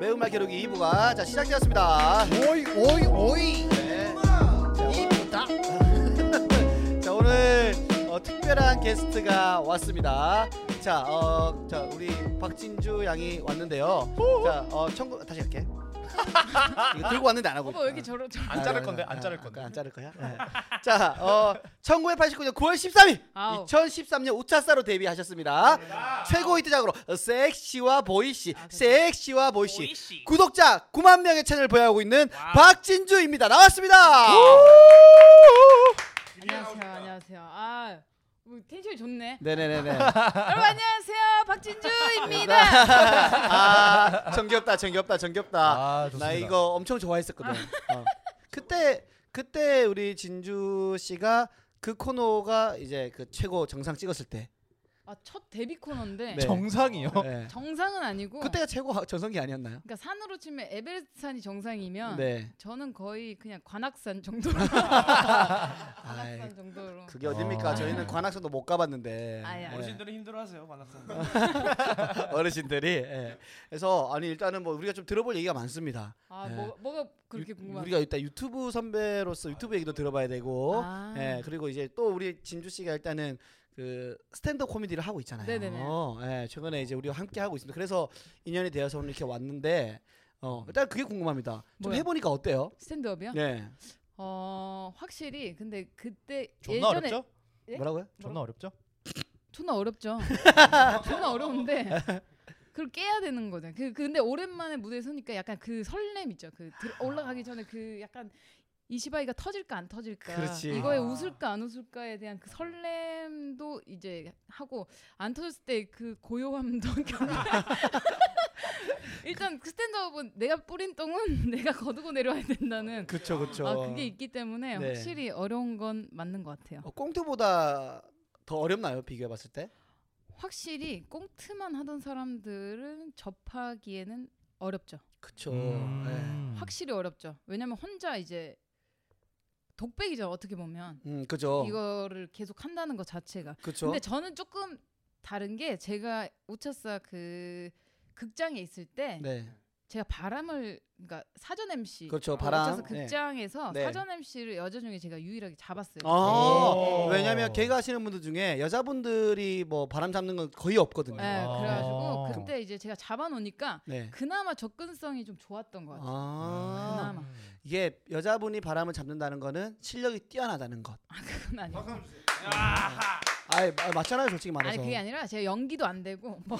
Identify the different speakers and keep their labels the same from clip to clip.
Speaker 1: 매운맛 겨루기 2부가 자 시작되었습니다.
Speaker 2: 오이 오이 오이
Speaker 1: 네. 자,
Speaker 2: 이쁘다
Speaker 1: 자 오늘 어, 특별한 게스트가 왔습니다. 자, 어, 자 우리 박진주 양이 왔는데요. 자, 어, 청구 다시 할게. 어, 뭐 이거 들고 왔는데 안 하고.
Speaker 3: 오빠 왜 이렇게 저러 저
Speaker 4: 안 자를 건데, 안 자를
Speaker 1: 아,
Speaker 4: 건데.
Speaker 1: 안 자를 거야. 네. 자, 어, 1989년 9월 13일,
Speaker 3: 아우.
Speaker 1: 2013년 우차사로 데뷔하셨습니다. 최고 히트작으로 섹시와 보이씨, 섹시와 보이씨.
Speaker 4: 보이씨.
Speaker 1: 구독자 9만 명의 채널을 보유하고 있는
Speaker 4: 와우.
Speaker 1: 박진주입니다. 나왔습니다.
Speaker 3: 안녕하세요 안녕하세요 아 뭐, 텐션이 좋네
Speaker 1: 네네네네.
Speaker 3: 여러분 안녕하세요
Speaker 1: 네.
Speaker 3: 박진주입니다
Speaker 1: 아, 정겹다, 정겹다, 정겹다.
Speaker 4: 아, 좋습니다.
Speaker 1: 나 이거 엄청 좋아했었거든. 어. 그때 그때 우리 진주 씨가 그 코너가 이제 그 최고 정상 찍었을 때.
Speaker 3: 아 첫 데뷔 코너인데
Speaker 1: 네.
Speaker 4: 정상이요?
Speaker 1: 네.
Speaker 3: 정상은 아니고
Speaker 1: 그때가 최고 정상이 아니었나요?
Speaker 3: 그러니까 산으로 치면 에베레스트 산이 정상이면
Speaker 1: 네.
Speaker 3: 저는 거의 그냥 관악산 정도로
Speaker 1: 아이,
Speaker 3: 관악산 정도로
Speaker 1: 그게 어딥니까?
Speaker 4: 아.
Speaker 1: 저희는 관악산도 못 가봤는데.
Speaker 3: 아이, 아이.
Speaker 1: 예.
Speaker 5: 어르신들은 힘들어하세요 관악산.
Speaker 1: 아. 어르신들이. 예. 그래서 아니 일단은 뭐 우리가 좀 들어볼 얘기가 많습니다.
Speaker 3: 아
Speaker 1: 네.
Speaker 3: 뭐, 뭐가 그렇게
Speaker 1: 유-
Speaker 3: 궁금한
Speaker 1: 우리가 일단 유튜브 선배로서 유튜브 얘기도 들어봐야 되고
Speaker 3: 아.
Speaker 1: 예 그리고 이제 또 우리 진주 씨가 일단은 그 스탠드업 코미디를 하고 있잖아요.
Speaker 3: 네네네.
Speaker 1: 예, 최근에 이제 우리와 함께 하고 있습니다. 그래서 인연이 되어서 오늘 이렇게 왔는데 어, 일단 그게 궁금합니다. 좀
Speaker 3: 뭐요?
Speaker 1: 해보니까 어때요?
Speaker 3: 스탠드업이요?
Speaker 1: 네.
Speaker 3: 어 확실히 근데 그때
Speaker 4: 존나
Speaker 3: 예전에
Speaker 4: 어렵죠?
Speaker 3: 예?
Speaker 1: 뭐라고요?
Speaker 4: 존나 어렵죠?
Speaker 3: 존나 어렵죠. 존나 어려운데 그걸 깨야 되는 거죠. 그 근데 오랜만에 무대에 서니까 약간 그 설렘 있죠. 그 들- 올라가기 전에 그 약간 이시바이가 터질까 안 터질까
Speaker 1: 그렇지.
Speaker 3: 이거에
Speaker 5: 아.
Speaker 3: 웃을까 안 웃을까에 대한 그 설렘도 이제 하고 안 터졌을 때 그 고요함도 일단 그 스탠드업은 내가 뿌린 똥은 내가 거두고 내려와야 된다는
Speaker 1: 그쵸 그쵸.
Speaker 3: 아 그게 있기 때문에
Speaker 1: 그렇죠. 네.
Speaker 3: 확실히 어려운 건 맞는 것 같아요.
Speaker 1: 어, 꽁트보다 더 어렵나요? 비교해봤을 때?
Speaker 3: 확실히 꽁트만 하던 사람들은 접하기에는 어렵죠.
Speaker 1: 그쵸. 음.
Speaker 3: 확실히 어렵죠. 왜냐면 혼자 이제 독백이죠. 어떻게 보면
Speaker 1: 예. 음 그죠.
Speaker 3: 이거를 계속 한다는 것 자체가.
Speaker 1: 그쵸.
Speaker 3: 근데 저는 조금 다른 게 제가 우차사 그 극장에 있을 때
Speaker 1: 네.
Speaker 3: 제가 바람을 그러니까 사전 MC
Speaker 1: 그렇죠,
Speaker 3: 어,
Speaker 1: 바람.
Speaker 3: 우차사
Speaker 1: 네.
Speaker 3: 극장에서
Speaker 1: 네.
Speaker 3: 사전 MC를 여자 중에 제가 유일하게 잡았어요.
Speaker 1: 아,
Speaker 4: 오.
Speaker 1: 왜냐면 개그 하시는 분들 중에 여자분들이 뭐 바람 잡는 건 거의 없거든요.
Speaker 3: 네,
Speaker 4: 아.
Speaker 3: 그래가지고 그때 이제 제가 잡아놓으니까
Speaker 1: 네.
Speaker 3: 그나마 접근성이 좀 좋았던 것 같아요.
Speaker 1: 아,
Speaker 3: 그나마.
Speaker 1: 이게 여자분이 바람을 잡는다는 거는 실력이 뛰어나다는 것.
Speaker 3: 그건 아니고.
Speaker 1: 아, 맞잖아요, 솔직히 말해서.
Speaker 3: 아니 그게 아니라 제가 연기도 안 되고 뭐,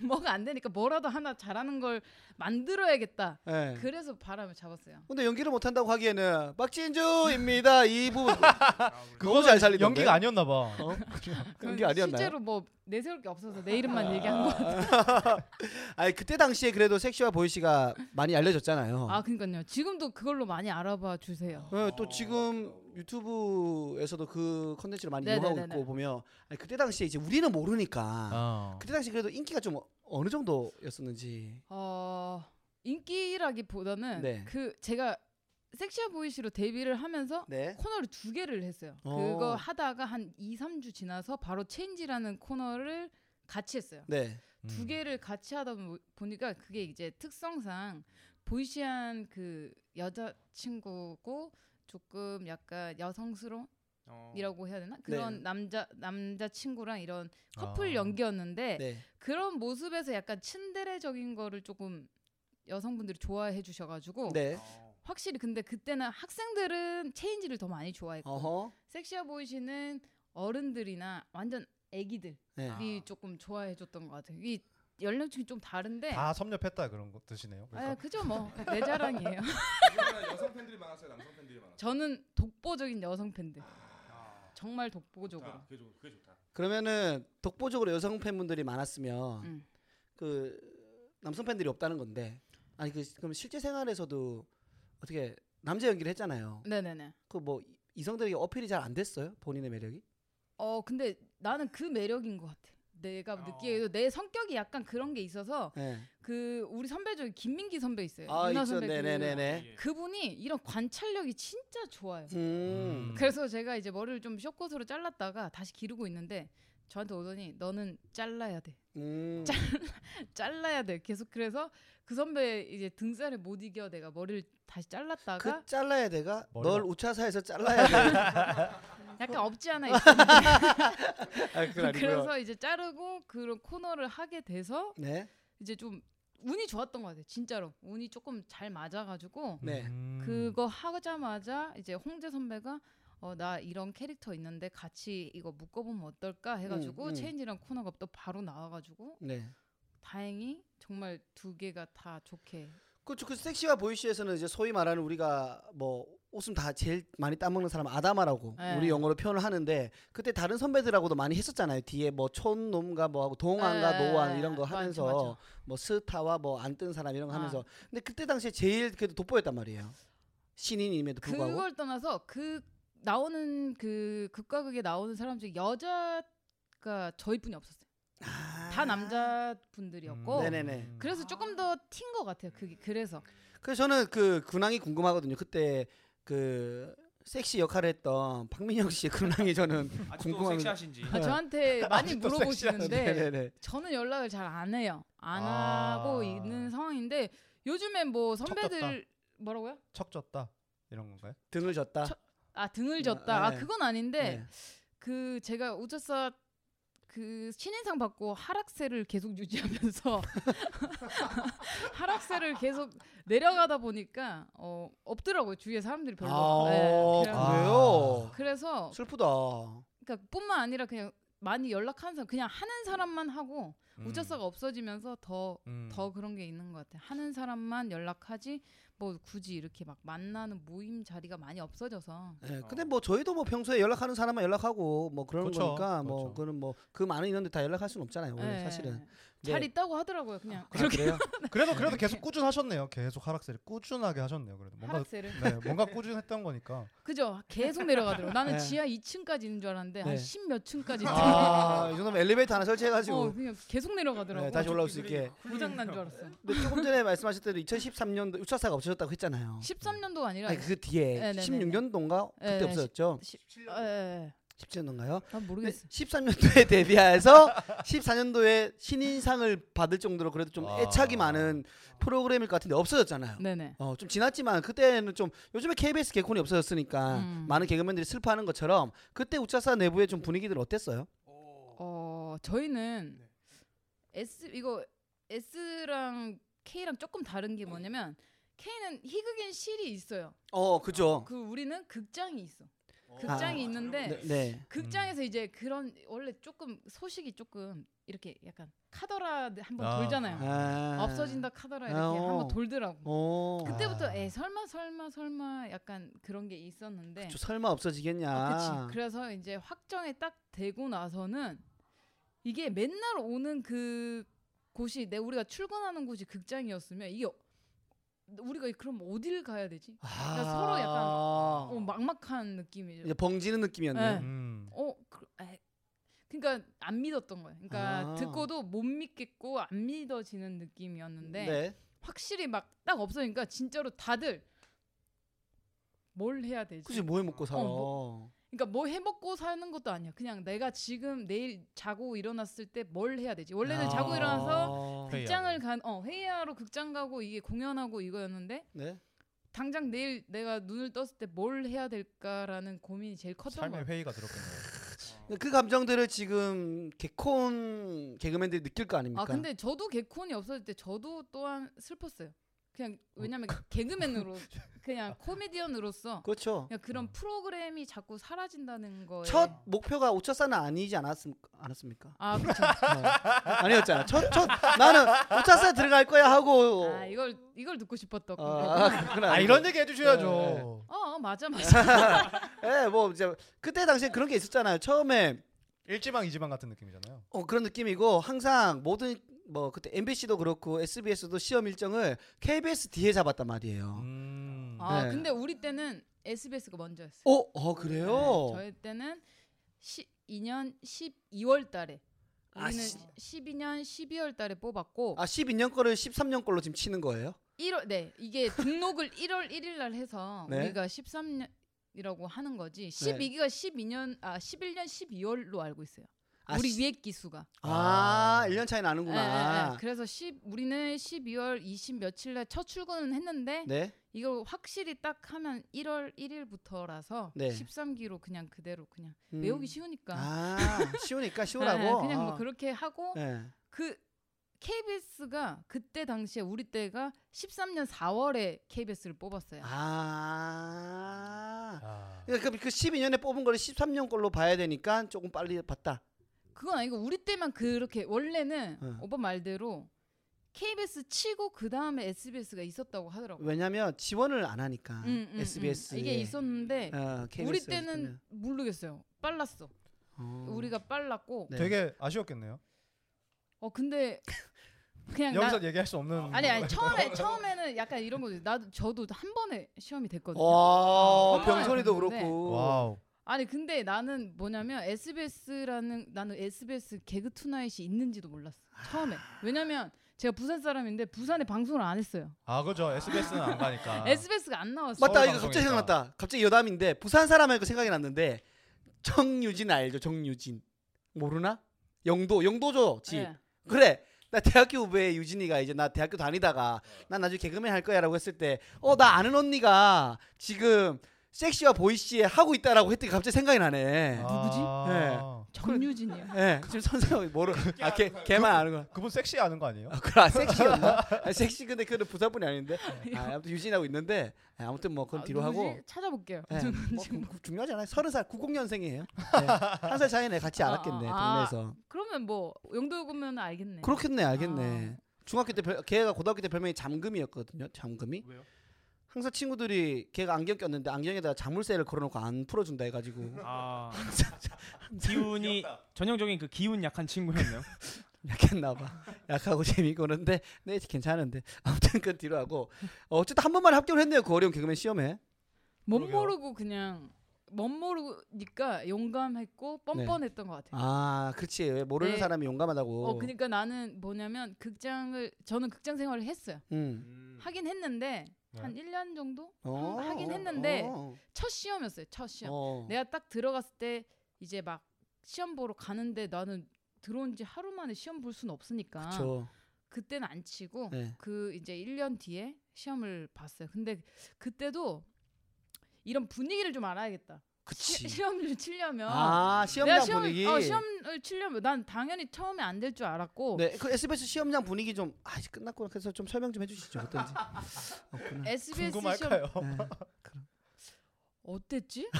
Speaker 3: 뭐가 안 되니까 뭐라도 하나 잘하는 걸 만들어야겠다.
Speaker 1: 예.
Speaker 3: 그래서 바람을 잡았어요.
Speaker 1: 근데 연기를 못 한다고 하기에는 박진주입니다. 이 부분 그거 잘 살리던데.
Speaker 4: 연기가 아니었나 봐.
Speaker 1: 어?
Speaker 3: 그건
Speaker 1: 연기 아니었나요?
Speaker 3: 실제로 뭐 내세울 게 없어서 내 이름만 얘기한 거. 같아요.
Speaker 1: 아니 그때 당시에 그래도 섹시와 보이 씨가 많이 알려졌잖아요.
Speaker 3: 아 그러니까요. 지금도 그걸로 많이 알아봐 주세요.
Speaker 1: 예, 또 지금 유튜브에서도 그 컨텐츠를 많이 이용하고
Speaker 3: 네네네네.
Speaker 1: 있고 보면 아니, 그때 당시에 이제 우리는 모르니까
Speaker 4: 어.
Speaker 1: 그때 당시 그래도 인기가 좀 어느 정도였었는지.
Speaker 3: 어 인기라기보다는
Speaker 1: 네.
Speaker 3: 그 제가 섹시한 보이시로 데뷔를 하면서
Speaker 1: 네.
Speaker 3: 코너를 두 개를 했어요.
Speaker 1: 어.
Speaker 3: 그거 하다가 한 2, 3주 지나서 바로 체인지라는 코너를 같이 했어요.
Speaker 1: 네.
Speaker 3: 두
Speaker 4: 음.
Speaker 3: 개를 같이 하다 보- 보니까 그게 이제 특성상 보이시한 그 여자 친구고 조금 약간 여성스러움이라고
Speaker 2: 어.
Speaker 3: 해야 되나 그런
Speaker 1: 네.
Speaker 3: 남자 남자 친구랑 이런 커플
Speaker 4: 아.
Speaker 3: 연기였는데
Speaker 1: 네.
Speaker 3: 그런 모습에서 약간 츤데레적인 거를 조금 여성분들이 좋아해 주셔가지고
Speaker 1: 네.
Speaker 3: 확실히 근데 그때는 학생들은 체인지를 더 많이 좋아했고
Speaker 1: 어허.
Speaker 3: 섹시해 보이시는 어른들이나 완전 애기들
Speaker 1: 네.
Speaker 3: 이 조금 좋아해 줬던 것 같아요. 이 연령층이 좀 다른데.
Speaker 4: 다 섭렵했다 그런 거 드시네요.
Speaker 3: 아,
Speaker 4: 그러니까.
Speaker 3: 그죠 뭐 내 자랑이에요.
Speaker 5: 여성 팬들이 많았어요, 남성 팬들이 많았어요.
Speaker 3: 저는 독보적인 여성 팬들.
Speaker 2: 아,
Speaker 3: 정말 독보적으로.
Speaker 5: 좋다, 그게 좋- 그게 좋다.
Speaker 1: 그러면은 독보적으로 여성 팬분들이 많았으면
Speaker 3: 음.
Speaker 1: 그 남성 팬들이 없다는 건데. 아니 그 그럼 실제 생활에서도 어떻게 남자 연기를 했잖아요.
Speaker 3: 네네네.
Speaker 1: 그 뭐 이성들에게 어필이 잘 안 됐어요? 본인의 매력이?
Speaker 3: 어 근데 나는 그 매력인 것 같아. 내가
Speaker 5: 어.
Speaker 3: 느끼기에도 내 성격이 약간 그런 게 있어서
Speaker 1: 네.
Speaker 3: 그 우리 선배 중에 김민기 선배 있어요.
Speaker 1: 아,
Speaker 3: 윤하
Speaker 1: 있죠.
Speaker 3: 선배
Speaker 1: 네,
Speaker 3: 그-
Speaker 1: 네, 네, 네.
Speaker 5: 예.
Speaker 3: 그분이 이런 관찰력이 진짜 좋아요.
Speaker 1: 음.
Speaker 4: 음.
Speaker 3: 그래서 제가 이제 머리를 좀 숏컷으로 잘랐다가 다시 기르고 있는데 저한테 오더니 너는 잘라야 돼.
Speaker 1: 음.
Speaker 3: 잘라야 돼. 계속 그래서 그 선배 이제 등살에 못 이겨 내가 머리를 다시 잘랐다가
Speaker 1: 그 잘라야 돼가
Speaker 4: 머리가-
Speaker 1: 널 우차사에서 잘라야 돼.
Speaker 3: 약간 없지 않아 있었는데
Speaker 1: 아, 어. 그건 아니고요.
Speaker 3: 그래서 이제 자르고 그런 코너를 하게 돼서
Speaker 1: 네.
Speaker 3: 이제 좀 운이 좋았던 것 같아요. 진짜로 운이 조금 잘 맞아가지고
Speaker 1: 네.
Speaker 4: 음.
Speaker 3: 그거 하자마자 이제 홍재 선배가 어 나 이런 캐릭터 있는데 같이 이거 묶어보면 어떨까 해가지고
Speaker 1: 음.
Speaker 3: 체인지랑 코너가 또 바로 나와가지고
Speaker 1: 네.
Speaker 3: 다행히 정말 두 개가 다 좋게
Speaker 1: 그렇죠. 그 섹시와 보이시에서는 이제 소위 말하는 우리가 뭐 웃음 다 제일 많이 따먹는 사람 아다마라고
Speaker 3: 네.
Speaker 1: 우리 영어로 표현을 하는데 그때 다른 선배들하고도 많이 했었잖아요. 뒤에 뭐 촌놈과 뭐하고 동안과
Speaker 3: 에,
Speaker 1: 노안 이런 거
Speaker 3: 네. 맞아,
Speaker 1: 하면서
Speaker 3: 맞아.
Speaker 1: 뭐 스타와 뭐 안 뜬 사람 이런 거
Speaker 3: 아.
Speaker 1: 하면서 근데 그때 당시에 제일 그래도 돋보였단 말이에요. 신인임에도 불구하고
Speaker 3: 그걸 떠나서 그 나오는 그 극과 극에 나오는 사람 중에 여자가 저희뿐이 없었어요.
Speaker 1: 아.
Speaker 3: 다 남자분들이었고
Speaker 1: 음. 네네네.
Speaker 3: 그래서 조금 더 튄 것 같아요. 그게 그래서
Speaker 1: 그래서 저는 그 근황이 궁금하거든요. 그때 그 섹시 역할을 했던 박민영 씨의 근황이 저는
Speaker 5: 아직도
Speaker 1: 궁금한-
Speaker 5: 섹시하신지.
Speaker 3: 아, 저한테 많이
Speaker 1: 네. 아직도
Speaker 3: 물어보시는데
Speaker 1: 섹시하네.
Speaker 3: 저는 연락을 잘 안 해요. 안
Speaker 4: 아.
Speaker 3: 하고 있는 상황인데 요즘엔 뭐 선배들
Speaker 4: 척졌다.
Speaker 3: 뭐라고요?
Speaker 4: 척졌다 이런 건가요?
Speaker 1: 등을 졌다.
Speaker 3: 첫- 아 등을 졌다. 아
Speaker 1: 네.
Speaker 3: 그건 아닌데
Speaker 1: 네.
Speaker 3: 그 제가 우차사 그 신인상 받고 하락세를 계속 유지하면서 하락세를 계속 내려가다 보니까 어 없더라고요 주위에 사람들이 별로
Speaker 1: 아,
Speaker 3: 네, 그래-
Speaker 4: 아.
Speaker 1: 그래요. 아,
Speaker 3: 그래서
Speaker 1: 슬프다.
Speaker 3: 그러니까 뿐만 아니라 그냥 많이 연락하는 사람 그냥 하는 사람만 하고
Speaker 4: 음.
Speaker 3: 우차사가 없어지면서 더
Speaker 4: 음.
Speaker 3: 더 그런 게 있는 것 같아요. 하는 사람만 연락하지 뭐 굳이 이렇게 막 만나는 모임 자리가 많이 없어져서
Speaker 1: 예, 근데 뭐 저희도 뭐 평소에 연락하는 사람만 연락하고 뭐 그런
Speaker 4: 그렇죠.
Speaker 1: 거니까 뭐
Speaker 4: 그렇죠.
Speaker 1: 그는 뭐 그 많은 인원들 다 연락할 수는 없잖아요. 원래
Speaker 3: 예.
Speaker 1: 사실은
Speaker 3: 잘
Speaker 1: 네.
Speaker 3: 있다고 하더라고요. 그냥
Speaker 1: 아,
Speaker 3: 그렇게
Speaker 1: 그래요?
Speaker 4: 그래도 그래도 계속 꾸준하셨네요. 계속 하락세를 꾸준하게 하셨네요. 그래도 뭔가
Speaker 3: 하락세를
Speaker 4: 네, 뭔가 꾸준했던 거니까.
Speaker 3: 그죠? 계속 내려가더라고. 나는
Speaker 1: 네.
Speaker 3: 지하 2층까지 있는 줄 알았는데
Speaker 1: 네.
Speaker 3: 한 십 몇 층까지
Speaker 1: 아, 이 정도면 엘리베이터 하나 설치해가지고
Speaker 3: 어, 그냥 계속 내려가더라고.
Speaker 1: 네, 다시 네. 올라올 수 있게.
Speaker 3: 무장 난줄 알았어.
Speaker 1: 근데 조금 전에 말씀하셨대로 2013년도 유차사가 없어졌다고 했잖아요.
Speaker 3: 13년도가 아니라
Speaker 1: 아니 그 뒤에
Speaker 3: 네, 네, 네, 네.
Speaker 1: 16년도인가 그때
Speaker 3: 네, 네.
Speaker 1: 없어졌죠.
Speaker 3: 아, 예, 예.
Speaker 1: 17년도인가요?
Speaker 3: 난 모르겠어.
Speaker 1: 13년도에 데뷔해서 14년도에 신인상을 받을 정도로 그래도 좀
Speaker 4: 아.
Speaker 1: 애착이 많은 프로그램일 것 같은데 없어졌잖아요.
Speaker 3: 네, 네.
Speaker 1: 어, 좀 지났지만 그때는 좀 요즘에 KBS 개콘이 없어졌으니까
Speaker 3: 음.
Speaker 1: 많은 개그맨들이 슬퍼하는 것처럼 그때 우차사 내부의 좀 분위기들 어땠어요?
Speaker 3: 어, 저희는
Speaker 5: 네.
Speaker 3: S 이거 S랑 K랑 조금 다른 게 뭐냐면 K는 희극인 실이 있어요.
Speaker 1: 어, 그죠.
Speaker 3: 그 우리는 극장이 있어.
Speaker 2: 아,
Speaker 1: 극장이
Speaker 3: 있는데
Speaker 1: 네. 네.
Speaker 3: 극장에서 이제 그런 원래 조금 소식이 조금 이렇게 약간 카더라 한번
Speaker 4: 아.
Speaker 3: 돌잖아요.
Speaker 1: 아.
Speaker 3: 없어진다 카더라 이렇게
Speaker 1: 아, 어.
Speaker 3: 한번 돌더라고.
Speaker 1: 어.
Speaker 4: 그때-
Speaker 3: 그때부터
Speaker 4: 아.
Speaker 3: 에 설마 설마 설마 약간 그런 게 있었는데.
Speaker 1: 저 설마 없어지겠냐.
Speaker 3: 네. 아, 그치. 그래서 이제 확정이 딱 되고 나서는 이게 맨날 오는 그 곳이 내 우리가 출근하는 곳이 극장이었으면 이게 어- 우리가 그럼 어딜 가야 되지?
Speaker 1: 아.
Speaker 3: 서로 약간 어, 막막한 느낌이죠.
Speaker 1: 이제 벙지는 느낌이었네.
Speaker 3: 네.
Speaker 4: 음.
Speaker 3: 어, 그, 에, 그러니까 안 믿었던 거예요. 그러니까
Speaker 1: 아.
Speaker 3: 듣고도 못 믿겠고 안 믿어지는 느낌이었는데
Speaker 1: 네.
Speaker 3: 확실히 막 딱 없어지니까 진짜로 다들 뭘 해야 되지?
Speaker 1: 그치 뭐 해 먹고 살아.
Speaker 3: 어, 그러니까 뭐 해먹고 사는 것도 아니야. 그냥 내가 지금 내일 자고 일어났을 때 뭘 해야 되지? 원래는
Speaker 4: 아.
Speaker 3: 자고 일어나서
Speaker 1: 네.
Speaker 4: 회의하고.
Speaker 3: 극장을 간, 어 회의하러 극장 가고 이게 공연하고 이거였는데
Speaker 1: 네.
Speaker 3: 당장 내일 내가 눈을 떴을 때 뭘 해야 될까라는 고민이 제일 컸던
Speaker 4: 삶의
Speaker 3: 거야.
Speaker 4: 회의가 들었겠네요.
Speaker 2: 아,
Speaker 1: 그 감정들을 지금 개콘 개그맨들이 느낄 거 아닙니까?
Speaker 3: 아 근데 저도 개콘이 없어질 때 저도 또한 슬펐어요. 그냥 왜냐면 개그맨으로 그냥 코미디언으로서
Speaker 1: 그렇죠.
Speaker 3: 그냥 그런 프로그램이 자꾸 사라진다는 거에
Speaker 1: 첫 목표가 5차사는 아니지 않았습, 않았습니까?
Speaker 3: 아 그렇죠.
Speaker 1: 아니었잖아. 첫, 첫 나는 5차사 들어갈 거야 하고
Speaker 3: 아 이걸 이걸 듣고 싶었던
Speaker 1: 아,
Speaker 3: 거.
Speaker 1: 그건 네,
Speaker 4: 아
Speaker 1: 아니고.
Speaker 4: 이런 얘기 해주셔야죠.
Speaker 3: 어, 어 맞아 맞아.
Speaker 1: 예, 뭐 이제 그때 당시에 그런 게 있었잖아요. 처음에
Speaker 4: 일지방 이지방 같은 느낌이잖아요.
Speaker 1: 어, 그런 느낌이고 항상 모든 뭐 그때 MBC도 그렇고 SBS도 시험 일정을 KBS 뒤에 잡았단 말이에요.
Speaker 4: 음.
Speaker 3: 아
Speaker 1: 네.
Speaker 3: 근데 우리 때는 SBS가 먼저였어요.
Speaker 1: 어, 어 그래요?
Speaker 3: 네, 저희 때는 12년 12월 달에
Speaker 1: 아,
Speaker 3: 우리는
Speaker 1: 시-
Speaker 3: 12년 12월 달에 뽑았고
Speaker 1: 아 12년 거를 13년 걸로 지금 치는 거예요?
Speaker 3: 1월 네 이게 등록을 1월 1일 날 해서
Speaker 1: 네.
Speaker 3: 우리가 13년 이라고 하는 거지 12기가 12년 아 11년 12월로 알고 있어요.
Speaker 1: 아,
Speaker 3: 우리
Speaker 1: 시-
Speaker 3: 위에 기수가.
Speaker 1: 아,
Speaker 4: 아.
Speaker 1: 1년 차이
Speaker 3: 예, 예,
Speaker 1: 나는구나.
Speaker 3: 예. 그래서 10 우리는 12월 20 며칠 날 첫 출근은 했는데
Speaker 1: 네.
Speaker 3: 이걸 확실히 딱 하면 1월 1일부터라서
Speaker 1: 네.
Speaker 3: 13기로 그냥 그대로 그냥
Speaker 1: 음.
Speaker 3: 외우기 쉬우니까.
Speaker 1: 아, 쉬우니까 쉬우라고.
Speaker 3: 예, 예, 그냥
Speaker 1: 아.
Speaker 3: 뭐 그렇게 하고
Speaker 1: 예.
Speaker 3: 그 KBS가 그때 당시에 우리 때가 13년 4월에 KBS를 뽑았어요.
Speaker 1: 아.
Speaker 4: 아.
Speaker 1: 그러니까 그 12년에 뽑은 거를 13년 걸로 봐야 되니까 조금 빨리 봤다.
Speaker 3: 그건 아니고 우리 때만 그렇게 원래는
Speaker 1: 응.
Speaker 3: 오빠 말대로 KBS 치고 그 다음에 SBS가 있었다고 하더라고요.
Speaker 1: 왜냐면 지원을 안 하니까
Speaker 3: 응, 응, 응.
Speaker 1: SBS 음. 아, 에.
Speaker 3: 음, 이게 있었는데
Speaker 1: 어, KBS
Speaker 3: 우리 때는 모르겠어요. 빨랐어.
Speaker 1: 어.
Speaker 3: 우리가 빨랐고.
Speaker 1: 네.
Speaker 4: 되게 아쉬웠겠네요.
Speaker 3: 어 근데 그냥 나
Speaker 4: 여기서 얘기할 수 없는
Speaker 3: 아니 아니 처음에 처음에는 약간 이런 거죠. 나도 저도 한 번에 시험이 됐거든요.
Speaker 1: 와,
Speaker 3: 아,
Speaker 1: 병선이도
Speaker 3: 그런데.
Speaker 1: 그렇고.
Speaker 4: 와우.
Speaker 3: 아니 근데 나는 뭐냐면 SBS라는 나는 SBS 개그 투나잇이 있는지도 몰랐어. 처음에. 왜냐면 제가 부산 사람인데 부산에 방송을 안 했어요.
Speaker 4: 아 그죠. SBS는 안 가니까.
Speaker 1: 아.
Speaker 3: SBS가 안 나왔어.
Speaker 1: 맞다.
Speaker 4: 서울
Speaker 1: 이거 갑자기
Speaker 4: 방송이니까.
Speaker 1: 생각났다. 갑자기 여담인데 부산 사람하니까 생각이 났는데 정유진 알죠? 정유진. 모르나? 영도, 영도죠. 지.
Speaker 3: 예.
Speaker 1: 그래. 나 대학교 후배 유진이가 이제 나 대학교 다니다가 난 나중에 개그맨 할 거야라고 했을 때 어 나 아는 언니가 지금 섹시와 보이씨에 하고 있다라고 했더니 갑자기 생각이 나네.
Speaker 3: 누구지?
Speaker 4: 아,
Speaker 3: 정유진이요.
Speaker 1: 예. 지금 선생님 모르. 아걔 걔만 아는 거.
Speaker 4: 그분 섹시 아는 거 아니에요?
Speaker 1: 아, 그래 아, 섹시였나? 아, 섹시 근데 그는 부산 분이 아닌데. 아, 아무튼 유진하고 있는데 아, 아무튼 뭐 그건 뒤로 하고.
Speaker 3: 찾아볼게요.
Speaker 1: 예, 뭐 그- 그 중요하지 않아요. 서른 살 90년생이에요. 한 살 차이네 같이
Speaker 3: 아,
Speaker 1: 알았겠네
Speaker 3: 아, 아.
Speaker 1: 동네에서.
Speaker 3: 그러면 뭐 영도구면 알겠네. 아.
Speaker 1: 그렇겠네 알겠네. 중학교 때 별, 걔가 고등학교 때 별명이 잠금이었거든요. 잠금이.
Speaker 5: 왜요?
Speaker 1: 항상 친구들이 걔가 안경 꼈는데 안경에다가 자물쇠를 걸어놓고 안 풀어준다 해가지고
Speaker 2: 아 기운이 전형적인 그 기운 약한 친구였네요.
Speaker 1: 약했나봐. 약하고 재미있고 그런데 네 괜찮은데 아무튼 그 뒤로 하고 어, 어쨌든 한 번만 합격을 했네요 그 어려운 개그맨 시험에.
Speaker 3: 못
Speaker 4: 그러게요.
Speaker 3: 모르고 그냥 못 모르니까 용감했고 뻔뻔했던 것 같아요.
Speaker 1: 아 뭐. 그렇지 왜 모르는
Speaker 3: 네.
Speaker 1: 사람이 용감하다고.
Speaker 3: 어, 그러니까 나는 뭐냐면 극장을 저는 극장 생활을 했어요.
Speaker 1: 음.
Speaker 3: 하긴 했는데
Speaker 4: 네.
Speaker 3: 한 1년 정도
Speaker 1: 어,
Speaker 3: 한- 하긴 했는데
Speaker 1: 어,
Speaker 3: 첫 시험이었어요. 첫 시험.
Speaker 1: 어.
Speaker 3: 내가 딱 들어갔을 때 이제 막 시험 보러 가는데 나는 들어온 지 하루 만에 시험 볼 수는 없으니까
Speaker 1: 그렇죠.
Speaker 3: 그때는 안 치고
Speaker 1: 네.
Speaker 3: 그 이제 1년 뒤에 시험을 봤어요. 근데 그때도 이런 분위기를 좀 알아야겠다. 시,
Speaker 1: 그치.
Speaker 3: 시험을 치려면
Speaker 1: 아
Speaker 3: 어. 내가
Speaker 1: 시험장
Speaker 3: 시험,
Speaker 1: 분위기.
Speaker 3: 어, 시험을 치려면 난 당연히 처음에 안 될 줄 알았고
Speaker 1: 네, 그 SBS 시험장 분위기 좀 아, 이제 끝났구나. 그래서 좀 설명 좀 해주시죠. 어떤지. 없구나.
Speaker 3: SBS 시험
Speaker 4: 궁금할까요?
Speaker 1: 네.
Speaker 3: 어땠지?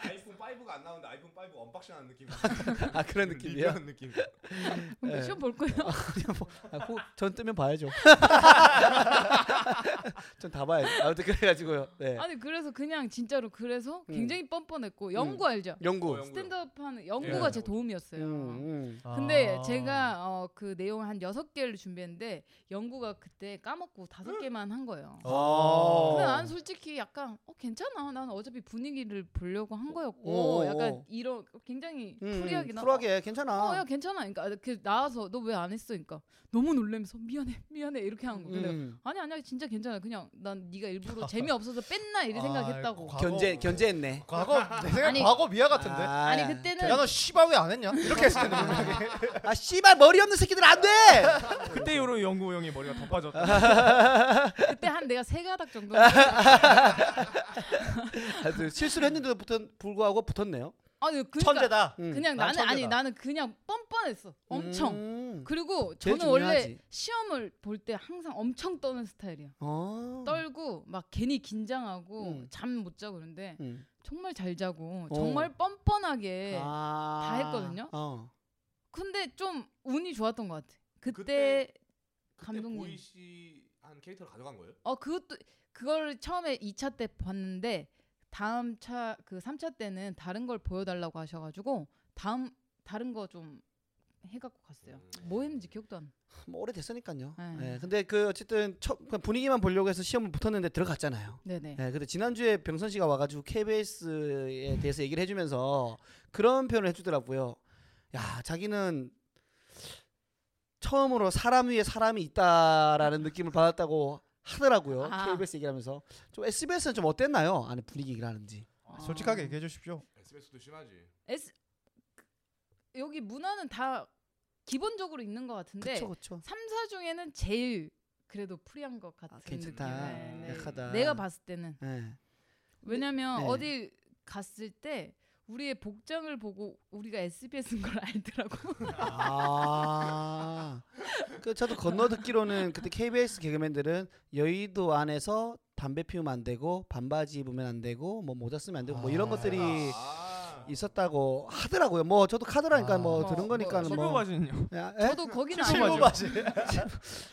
Speaker 5: 아이폰 5가 안 나오는데 아이폰 5 언박싱하는 느낌.
Speaker 1: 아 그런 느낌이에요.
Speaker 5: 리뷰하는 느낌.
Speaker 1: 네.
Speaker 3: 시험 볼 거예요.
Speaker 1: 그냥 뭐, 아, 호- 전 뜨면 봐야죠. 전 다 봐야죠. 아무튼 그래가지고요. 네.
Speaker 3: 아니 그래서 그냥 진짜로 그래서
Speaker 1: 음.
Speaker 3: 굉장히 뻔뻔했고 영구 알죠?
Speaker 1: 연구.
Speaker 5: 어, 연구.
Speaker 3: 스탠드업 하는 영구가
Speaker 5: 예.
Speaker 3: 제 도움이었어요.
Speaker 1: 음, 음.
Speaker 3: 근데
Speaker 4: 아.
Speaker 3: 제가 어, 그 내용 한 여섯 개를 준비했는데 영구가 그때 까먹고 다섯 개만 한 거예요.
Speaker 4: 어.
Speaker 3: 근데 난 솔직히 약간 어 괜찮아. 난 어차피 분위기를 보려고 한 거였고
Speaker 1: 오, 오,
Speaker 3: 약간
Speaker 1: 오.
Speaker 3: 이런 굉장히
Speaker 1: 음,
Speaker 3: 프리하게 나.
Speaker 1: 쿨하게 괜찮아.
Speaker 3: 어야 괜찮아. 그러니까 그 나와서 너 왜 안 했어? 그러니까 너무 놀라면서 미안해 미안해 이렇게 한 거. 근데
Speaker 1: 음.
Speaker 3: 아니 아니야 진짜 괜찮아. 그냥 난 네가 일부러 재미없어서 뺐나 이렇게
Speaker 4: 아,
Speaker 3: 생각했다고.
Speaker 4: 과거-
Speaker 1: 견제 견제했네.
Speaker 4: 과거 내 생각
Speaker 3: 아니,
Speaker 4: 과거 미아 같은데.
Speaker 1: 아,
Speaker 3: 아니 그때는
Speaker 4: 야너 씨발 왜 안 했냐? 이렇게 했을 텐데 분명히.
Speaker 1: 아 씨발 머리 없는 새끼들 안 돼.
Speaker 2: 그때
Speaker 3: 그렇죠.
Speaker 2: 이후로 영구 형의 머리가 덮어졌다.
Speaker 1: 아,
Speaker 3: 그때 한 내가 세 가닥 정도.
Speaker 1: 하여튼 실수를 했는데도 붙은 불구하고 붙었네요.
Speaker 3: 아니 그러니까
Speaker 4: 천재다.
Speaker 1: 음.
Speaker 3: 그냥
Speaker 4: 난
Speaker 3: 나는 아니
Speaker 4: 천재다.
Speaker 3: 나는 그냥 뻔뻔했어. 엄청.
Speaker 1: 음.
Speaker 3: 그리고
Speaker 1: 제일
Speaker 3: 저는 원래
Speaker 1: 중요하지.
Speaker 3: 시험을 볼 때 항상 엄청 떠는 스타일이야.
Speaker 1: 어.
Speaker 3: 떨고 막 괜히 긴장하고
Speaker 1: 음.
Speaker 3: 잠 못 자고 그런데
Speaker 1: 음.
Speaker 3: 정말 잘 자고
Speaker 1: 어.
Speaker 3: 정말 뻔뻔하게.
Speaker 1: 아.
Speaker 3: 네. 다 했거든요.
Speaker 1: 어.
Speaker 3: 근데 좀 운이 좋았던 것 같아. 그때,
Speaker 5: 그때
Speaker 3: 감독님.
Speaker 5: 보이시 한 캐릭터를 가져간 거예요?
Speaker 3: 어 그것도 그걸 처음에 2차 때 봤는데 다음 차 그 3차 때는 다른 걸 보여달라고 하셔가지고 다음 다른 거 좀 해갖고 갔어요.
Speaker 5: 음.
Speaker 3: 뭐 했는지 기억도 안. 나.
Speaker 1: 뭐 오래됐으니까요.
Speaker 3: 네.
Speaker 1: 네. 근데 그 어쨌든 처, 그냥 분위기만 보려고 해서 시험을 붙었는데 들어갔잖아요.
Speaker 3: 네네.
Speaker 1: 네, 근데 지난주에 병선 씨가 와가지고 KBS에 대해서 얘기를 해주면서 그런 표현을 해주더라고요. 야, 자기는 처음으로 사람 위에 사람이 있다라는 느낌을 받았다고 하더라고요.
Speaker 3: 아.
Speaker 1: KBS 얘기하면서 좀 SBS는 좀 어땠나요? 안에 분위기라는지.
Speaker 3: 아.
Speaker 4: 솔직하게 얘기해 주십시오.
Speaker 5: SBS도 심하지.
Speaker 3: S 그, 여기 문화는 다 기본적으로 있는 것 같은데
Speaker 1: 그쵸 그쵸.
Speaker 3: 3, 4 중에는 제일 그래도 프리한 것 같은
Speaker 1: 아, 괜찮다.
Speaker 3: 느낌. 네, 네.
Speaker 1: 약하다.
Speaker 3: 내가 봤을 때는
Speaker 1: 예.
Speaker 3: 왜냐면
Speaker 1: 네.
Speaker 3: 어디 갔을 때 우리의 복장을 보고 우리가 SBS인 걸 알더라고.
Speaker 1: 아. 그 저도 건너 듣기로는 그때 KBS 개그맨들은 여의도 안에서 담배 피우면 안 되고 반바지 입으면 안 되고 뭐 모자 쓰면 안 되고 뭐 이런
Speaker 4: 아.
Speaker 1: 것들이
Speaker 5: 아.
Speaker 1: 있었다고 하더라고요. 뭐 저도 카드라니까
Speaker 4: 아.
Speaker 1: 뭐
Speaker 3: 어,
Speaker 1: 들은
Speaker 3: 뭐
Speaker 1: 거니까는
Speaker 2: 실버
Speaker 1: 뭐.
Speaker 2: 바지는요?
Speaker 1: 야, 에?
Speaker 3: 저도 거기는
Speaker 2: 실버
Speaker 3: 아니고
Speaker 1: 실버 바지.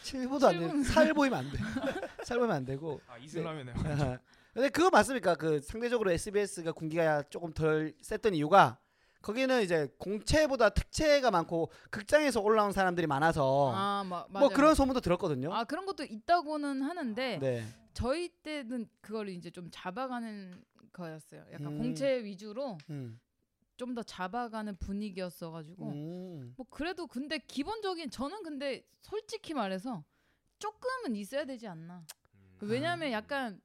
Speaker 1: 실버도 안 돼.
Speaker 3: 실버는-
Speaker 1: 살 보이면 안 돼. 살 보이면 안 되고.
Speaker 2: 아 이슬람이네요.
Speaker 1: 아하. 근데 그거 맞습니까? 그 상대적으로 SBS가 군기가 조금 덜 셌던 이유가 거기는 이제 공채보다 특채가 많고 극장에서 올라온 사람들이 많아서
Speaker 3: 아, 마,
Speaker 1: 뭐
Speaker 3: 맞아요.
Speaker 1: 그런 소문도 들었거든요.
Speaker 3: 아 그런 것도 있다고는 하는데
Speaker 1: 네.
Speaker 3: 저희 때는 그걸 이제 좀 잡아가는 거였어요. 약간
Speaker 1: 음.
Speaker 3: 공채 위주로
Speaker 1: 음.
Speaker 3: 좀 더 잡아가는 분위기였어가지고
Speaker 1: 음.
Speaker 3: 뭐 그래도 근데 기본적인 저는 근데 솔직히 말해서 조금은 있어야 되지 않나.
Speaker 1: 음.
Speaker 5: 음.
Speaker 3: 왜냐하면 약간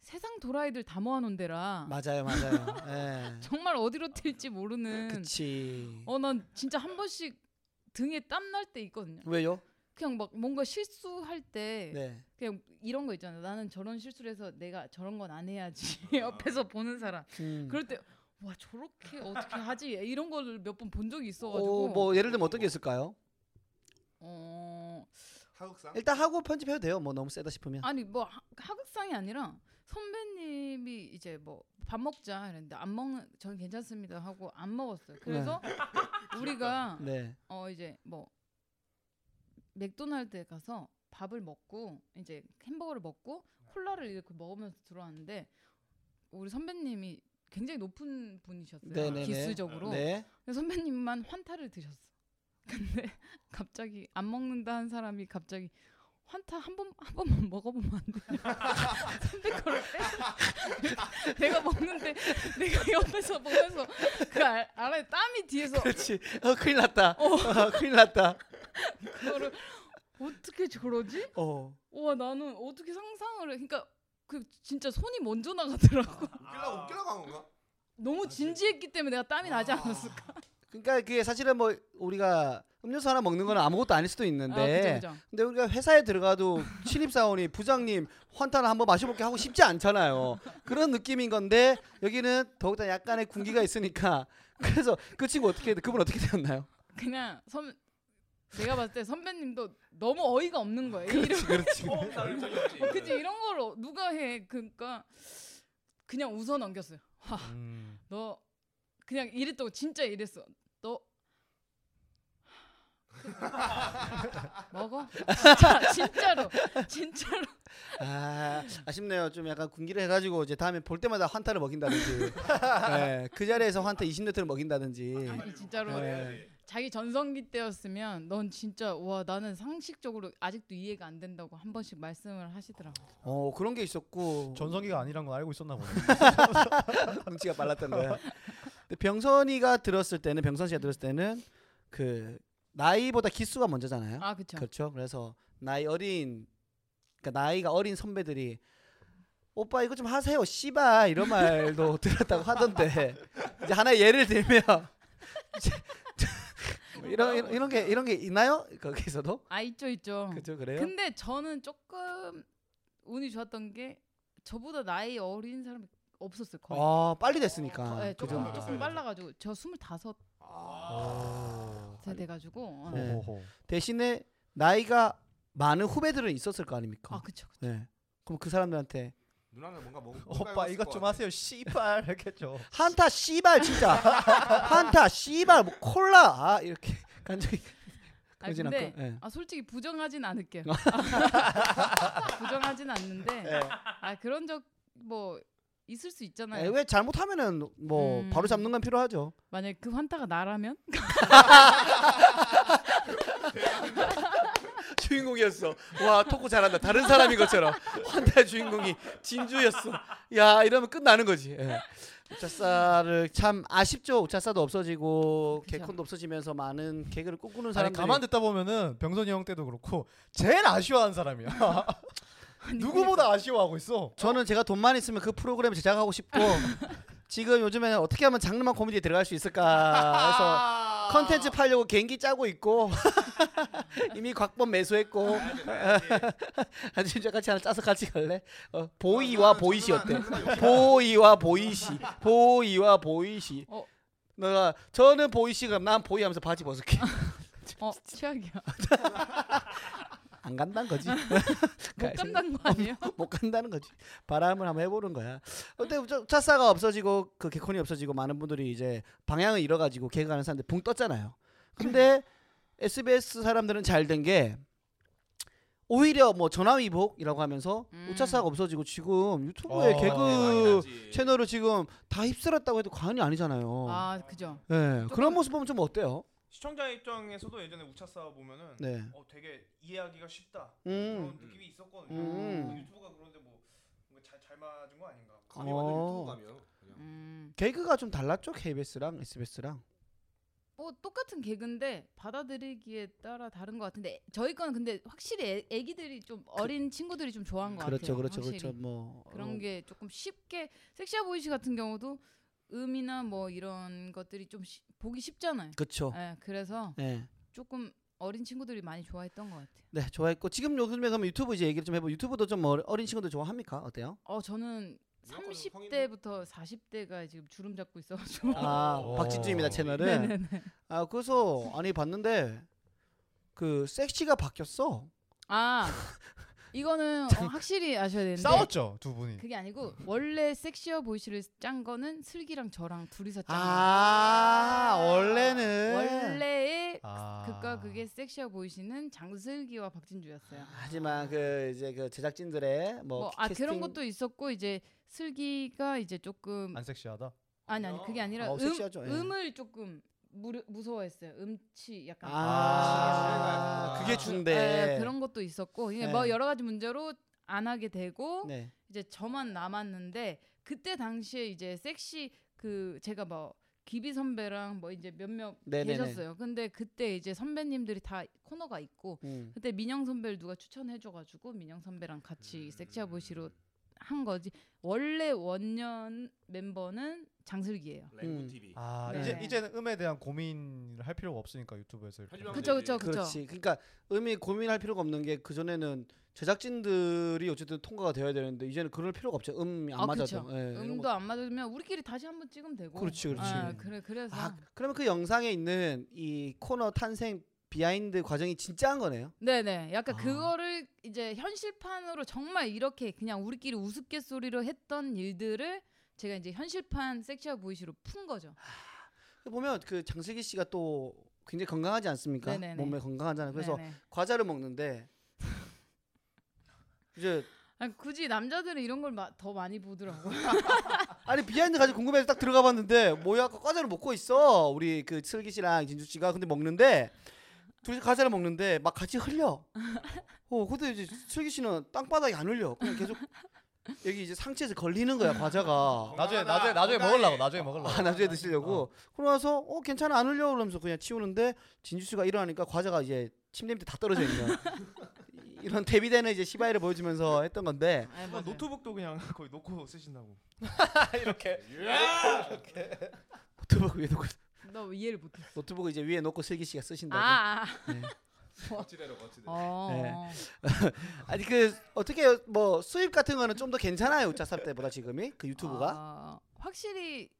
Speaker 3: 세상 도라이들 다 모아놓은 데라
Speaker 1: 맞아요, 맞아요. 예.
Speaker 3: 정말 어디로 튈지 모르는.
Speaker 1: 그치.
Speaker 3: 어 난 진짜 한 번씩 등에 땀 날 때 있거든요.
Speaker 1: 왜요?
Speaker 3: 그냥 막 뭔가 실수할 때
Speaker 1: 네.
Speaker 3: 그냥 이런 거 있잖아요. 나는 저런 실수를 해서 내가 저런 건 안 해야지. 옆에서 보는 사람.
Speaker 1: 아. 음.
Speaker 3: 그럴 때, 와, 저렇게 어떻게 하지? 이런 거를 몇 번 본 적이 있어가지고.
Speaker 1: 어, 뭐 예를 들면 어떤 게 있을까요?
Speaker 3: 어,
Speaker 5: 하극상?
Speaker 1: 일단 하고 편집해도 돼요. 뭐 너무 세다 싶으면.
Speaker 3: 아니, 뭐, 하- 하극상이 아니라 선배님이 이제 뭐 밥 먹자 이랬는데 안 먹는, 저는 괜찮습니다 하고 안 먹었어요. 그래서 우리가
Speaker 1: 네.
Speaker 3: 어 이제 뭐 맥도날드에 가서 밥을 먹고 이제 햄버거를 먹고 콜라를 이렇게 먹으면서 들어왔는데 우리 선배님이 굉장히 높은 분이셨어요
Speaker 1: 네네네.
Speaker 3: 기수적으로
Speaker 1: 네.
Speaker 3: 근데 선배님만 환타를 드셨어 근데 갑자기 안 먹는다 한 사람이 갑자기 환타 한 번 한 번만 먹어보면 안 되냐 선배 거를 빼- 내가 먹는데 내가 옆에서 보면서 그 알, 알아요 땀이 뒤에서
Speaker 1: 그렇지. 어 큰일 났다. 어, 큰일 났다.
Speaker 3: 그거를 어떻게 저러지?
Speaker 1: 어.
Speaker 3: 와 나는 어떻게 상상을 해. 그러니까 그 진짜 손이 먼저 나가더라고.
Speaker 5: 웃기려고 웃기려고 한 건가?
Speaker 3: 너무 진지했기 때문에 내가 땀이 나지 않았을까.
Speaker 1: 그러니까 그게 사실은 뭐 우리가 음료수 하나 먹는 거는 아무것도 아닐 수도 있는데
Speaker 3: 아, 그죠, 그죠.
Speaker 1: 근데 우리가 회사에 들어가도 신입 사원이 부장님 환타를 한번 마셔볼게 하고 싶지 않잖아요. 그런 느낌인 건데 여기는 더욱더 약간의 군기가 있으니까 그래서 그 친구 어떻게 그분 어떻게 되었나요?
Speaker 3: 그냥 선 내가 봤을 때 선배님도 너무 어이가 없는 거예요. 이런
Speaker 1: 그렇지.
Speaker 5: 처음 나를 찾았지. 네.
Speaker 3: 어, 그치 이런 걸 어- 누가 해? 그러니까 그냥 웃어 넘겼어요.
Speaker 4: 음.
Speaker 3: 너 그냥 이랬다고 진짜 이랬어. 너 그, 먹어? 진짜 진짜로 진짜로
Speaker 1: 아 아쉽네요. 좀 약간 군기를 해가지고 이제 다음에 볼 때마다 환타를 먹인다든지 네, 그 자리에서 환타 20리터를 먹인다든지.
Speaker 3: 아니 진짜로
Speaker 1: 네.
Speaker 3: 자기 전성기 때였으면 넌 진짜 와 나는 상식적으로 아직도 이해가 안 된다고 한 번씩 말씀을 하시더라고.
Speaker 1: 어 그런 게 있었고
Speaker 4: 전성기가 아니란 건 알고 있었나 보네.
Speaker 1: 눈치가 빨랐던 거야. 근데 병선이가 들었을 때는 병선 씨가 들었을 때는 그 나이보다 기수가 먼저잖아요.
Speaker 3: 아 그쵸.
Speaker 1: 그렇죠. 그래서 나이 어린 그러니까 나이가 어린 선배들이 오빠 이거 좀 하세요. 씨발 이런 말도 들었다고 하던데 이제 하나의 예를 들면 이제
Speaker 3: 뭐
Speaker 1: 이런, 이런 이런 게 이런 게 있나요? 거기서도
Speaker 3: 아 있죠 있죠.
Speaker 1: 그죠 그래요?
Speaker 3: 근데 저는 조금 운이 좋았던 게 저보다 나이 어린 사람이 없었어요 거의.
Speaker 1: 아 빨리 됐으니까
Speaker 3: 거- 예,
Speaker 1: 그죠?
Speaker 3: 조금
Speaker 5: 그죠.
Speaker 3: 조금 빨라가지고 저 스물다섯 어.
Speaker 5: 아.
Speaker 3: 세 돼가지고 어.
Speaker 1: 네.
Speaker 4: 호호호.
Speaker 1: 대신에 나이가 많은 후배들은 있었을 거 아닙니까?
Speaker 3: 아 그쵸.
Speaker 1: 네. 그럼 그 사람들한테
Speaker 5: 누나는 뭔가 먹.
Speaker 4: 오빠 이것 좀 하세요. 씨발 했겠죠.
Speaker 1: 한타 씨발 진짜 한타 씨발 뭐 콜라 아 이렇게 간절히
Speaker 3: 아니,
Speaker 1: 그러진
Speaker 3: 근데
Speaker 1: 않고, 예. 어.
Speaker 3: 아 솔직히 부정하진 않을게요. 부정하진 않는데
Speaker 1: 예.
Speaker 3: 아 그런 적 뭐 있을 수 있잖아요.
Speaker 1: 예, 왜 잘못하면은 뭐
Speaker 3: 네. 음.
Speaker 1: 바로 잡는 건 필요하죠.
Speaker 3: 만약에 그 환타가 나라면
Speaker 1: 주인공이었어. 와 토크 잘한다. 다른 사람인 것처럼 환타 주인공이 진주였어. 야 이러면 끝나는 거지. 예. 옥차사를 참 아쉽죠. 옥차사도 없어지고
Speaker 3: 그죠.
Speaker 1: 개콘도 없어지면서 많은 개그를 꿈꾸는
Speaker 4: 아니
Speaker 1: 사람들이
Speaker 4: 가만 듣다 보면은 병선이 형 때도 그렇고 제일 아쉬워하는 사람이야. 누구보다 아쉬워하고 있어.
Speaker 1: 저는 제가 돈만 있으면 그 프로그램 제작하고 싶고 지금 요즘에는 어떻게 하면 장르만 코미디에 들어갈 수 있을까 해서
Speaker 3: 아.
Speaker 5: 아,
Speaker 1: 컨텐츠 팔려고 개인기 짜고 있고 이미 곽범 매수했고
Speaker 3: 네,
Speaker 1: 아 진짜 같이 하나 짜서 같이 갈래? 어,
Speaker 3: 아,
Speaker 1: 보이와 보이시 어때? 보이와 보이시 보이와 보이시
Speaker 3: 어.
Speaker 1: 내가 저는 보이시 그럼 난 보이 하면서 바지 벗을게
Speaker 3: 어 최악이야.
Speaker 1: 안 간다는 거지 그러니까
Speaker 3: 못 간다는
Speaker 1: 어,
Speaker 3: 거 아니에요?
Speaker 1: 못 간다는 거지 바람을 한번 해보는 거야 근데 저- 차싸가 없어지고 그 개콘이 없어지고 많은 분들이 이제 방향을 잃어가지고 개그하는 사람들 붕 떴잖아요 근데 SBS 사람들은 잘 된 게 오히려 뭐 전화위복이라고 하면서
Speaker 3: 음.
Speaker 1: 우차사가 없어지고 지금 유튜브에
Speaker 4: 어,
Speaker 1: 개그 채널을 지금 다 휩쓸었다고 해도 과언이 아니잖아요.
Speaker 3: 아 그죠.
Speaker 1: 네, 그런
Speaker 2: 조금-
Speaker 1: 모습 보면 좀 어때요?
Speaker 2: 시청자 입장에서도 예전에 우차싸 보면은
Speaker 1: 네.
Speaker 2: 어 되게 이해하기가 쉽다
Speaker 1: 음.
Speaker 2: 그런 느낌이 있었거든요.
Speaker 1: 음.
Speaker 2: 유튜브가 그런데 뭐잘잘 맞은 거 아닌가?
Speaker 5: 감이 완전
Speaker 1: 어.
Speaker 5: 유튜브 감이요. 그냥.
Speaker 3: 음.
Speaker 1: 개그가 좀 달랐죠 KBS랑 SBS랑.
Speaker 3: 뭐 똑같은 개그인데 받아들이기에 따라 다른 것 같은데 저희 거는 근데 확실히 애, 애기들이 좀 어린 친구들이 좀 좋아한 것
Speaker 1: 그 그렇죠,
Speaker 3: 같아요.
Speaker 1: 그렇죠,
Speaker 3: 뭐 확실히.
Speaker 1: 그렇죠. 뭐
Speaker 3: 그런
Speaker 1: 어,
Speaker 3: 게 조금 쉽게 섹시아 보이시 같은 경우도 음이나 뭐 이런 것들이 좀 쉬- 보기 쉽잖아요.
Speaker 1: 그렇죠.
Speaker 3: 예, 그래서
Speaker 1: 네.
Speaker 3: 조금 어린 친구들이 많이 좋아했던 것 같아요.
Speaker 1: 네, 좋아했고 지금 요즘에 그럼 유튜브 이제 얘기를 좀 해보. 유튜브도 좀 어리- 어린 친구들 좋아합니까? 어때요?
Speaker 3: 어 저는
Speaker 5: 무조건
Speaker 3: 30대부터 40대가 지금 주름 잡고 있어가지고
Speaker 1: 아,
Speaker 4: 오.
Speaker 1: 박진주입니다 채널은. 아, 그래서 아니 봤는데 그 섹시가 바뀌었어.
Speaker 3: 아 이거는 어, 확실히 아셔야 되는데
Speaker 4: 싸웠죠 두 분이.
Speaker 3: 그게 아니고 원래 섹시어 보이시를 짠 거는 슬기랑 저랑 둘이서 짠 거예요.
Speaker 1: 아, 원래는
Speaker 3: 원래의
Speaker 4: 아.
Speaker 3: 그까 그게 섹시어 보이시는 장슬기와 박진주였어요.
Speaker 1: 하지만 그 이제 그 제작진들의 뭐,
Speaker 3: 뭐 아
Speaker 1: 캐스팅
Speaker 3: 그런 것도 있었고 이제 슬기가 이제 조금
Speaker 4: 안 섹시하다.
Speaker 3: 아니 아니 그게 아니라
Speaker 1: 어,
Speaker 3: 음,
Speaker 1: 섹시하죠, 예.
Speaker 3: 음을 조금 무려, 무서워했어요. 음치 약간
Speaker 1: 아,
Speaker 5: 아,
Speaker 1: 그게
Speaker 5: 그-
Speaker 1: 준대.
Speaker 3: 예, 그런 것도 있었고 이게
Speaker 1: 네.
Speaker 3: 뭐 여러 가지 문제로 안 하게 되고
Speaker 1: 네.
Speaker 3: 이제 저만 남았는데 그때 당시에 이제 섹시 그 제가 뭐 기비 선배랑 뭐 이제 몇몇
Speaker 1: 네네네.
Speaker 3: 계셨어요. 근데 그때 이제 선배님들이 다 코너가 있고
Speaker 1: 음.
Speaker 3: 그때 민영 선배를 누가 추천해줘가지고 민영 선배랑 같이
Speaker 5: 음.
Speaker 3: 섹시아 보시로 한 거지. 원래 원년 멤버는 장슬기예요.
Speaker 5: 레고
Speaker 1: 음.
Speaker 5: TV.
Speaker 4: 아
Speaker 3: 네.
Speaker 4: 이제 이제는 음에 대한 고민을 할 필요가 없으니까 유튜브에서 이렇게.
Speaker 5: 하지만
Speaker 3: 그쵸 그쵸 그쵸.
Speaker 1: 그렇지. 그러니까 의미 고민할 필요가 없는 게 그 전에는 제작진들이 어쨌든 통과가 되어야 되는데 이제는 그럴 필요가 없죠. 음이 안
Speaker 3: 아,
Speaker 1: 맞아도.
Speaker 3: 그쵸.
Speaker 1: 예, 이런
Speaker 3: 음도
Speaker 1: 거.
Speaker 3: 안 맞으면 우리끼리 다시 한번 찍으면 되고.
Speaker 1: 그렇지, 그렇지.
Speaker 3: 아, 그래 그래서
Speaker 1: 아, 그러면 그 영상에 있는 이 코너 탄생 비하인드 과정이 진짜한 거네요.
Speaker 3: 네네. 약간
Speaker 1: 아.
Speaker 3: 그거를 이제 현실판으로 정말 이렇게 그냥 우리끼리 우스갯소리로 했던 일들을 제가 이제 현실판 섹시아 보이시로 푼 거죠.
Speaker 1: 보면 그 장슬기 씨가 또 굉장히 건강하지 않습니까?
Speaker 3: 네네네.
Speaker 1: 몸에 건강하잖아요. 그래서
Speaker 3: 네네.
Speaker 1: 과자를 먹는데 이제
Speaker 3: 아니, 굳이 남자들은 이런 걸 더 많이 보더라고.
Speaker 1: 아니 비하인드 가지고 궁금해서 딱 들어가 봤는데 뭐야 아까 과자를 먹고 있어 우리 그 슬기 씨랑 진주 씨가 근데 먹는데 둘이 과자를 먹는데 막 같이 흘려 어 근데 이제 슬기 씨는 땅바닥에 안 흘려 그냥 계속 여기 이제 상체에서 걸리는 거야 과자가
Speaker 4: 나중에 나중에 나중에 먹으려고 나중에 먹으려고.
Speaker 1: 아 나중에 드시려고 그러고 나서 어 괜찮아 안 흘려 그러면서 그냥 치우는데 진주 씨가 일어나니까 과자가 이제 침대 밑에 다 떨어져 있는 거야 이런 대비되는 이제 시바이를 보여주면서 했던 건데
Speaker 3: 아,
Speaker 2: 아, 노트북도 그냥 거의 놓고 쓰신다고.
Speaker 4: 이렇게.
Speaker 5: 예!
Speaker 3: 아!
Speaker 1: 노트북 위에 놓고
Speaker 3: 너 이해를 못해.
Speaker 1: 노트북을 이제 위에 놓고 슬기 씨가 쓰신다고
Speaker 3: 아, 아.
Speaker 1: 네.
Speaker 5: 어찌되려 어찌되려.
Speaker 3: 어.
Speaker 1: 네.
Speaker 3: 어.
Speaker 1: 아니 그 어떻게 뭐 수입 같은 거는 좀 더 괜찮아요 우차삽 때보다 지금이 그 유튜브가
Speaker 3: 아, 확실히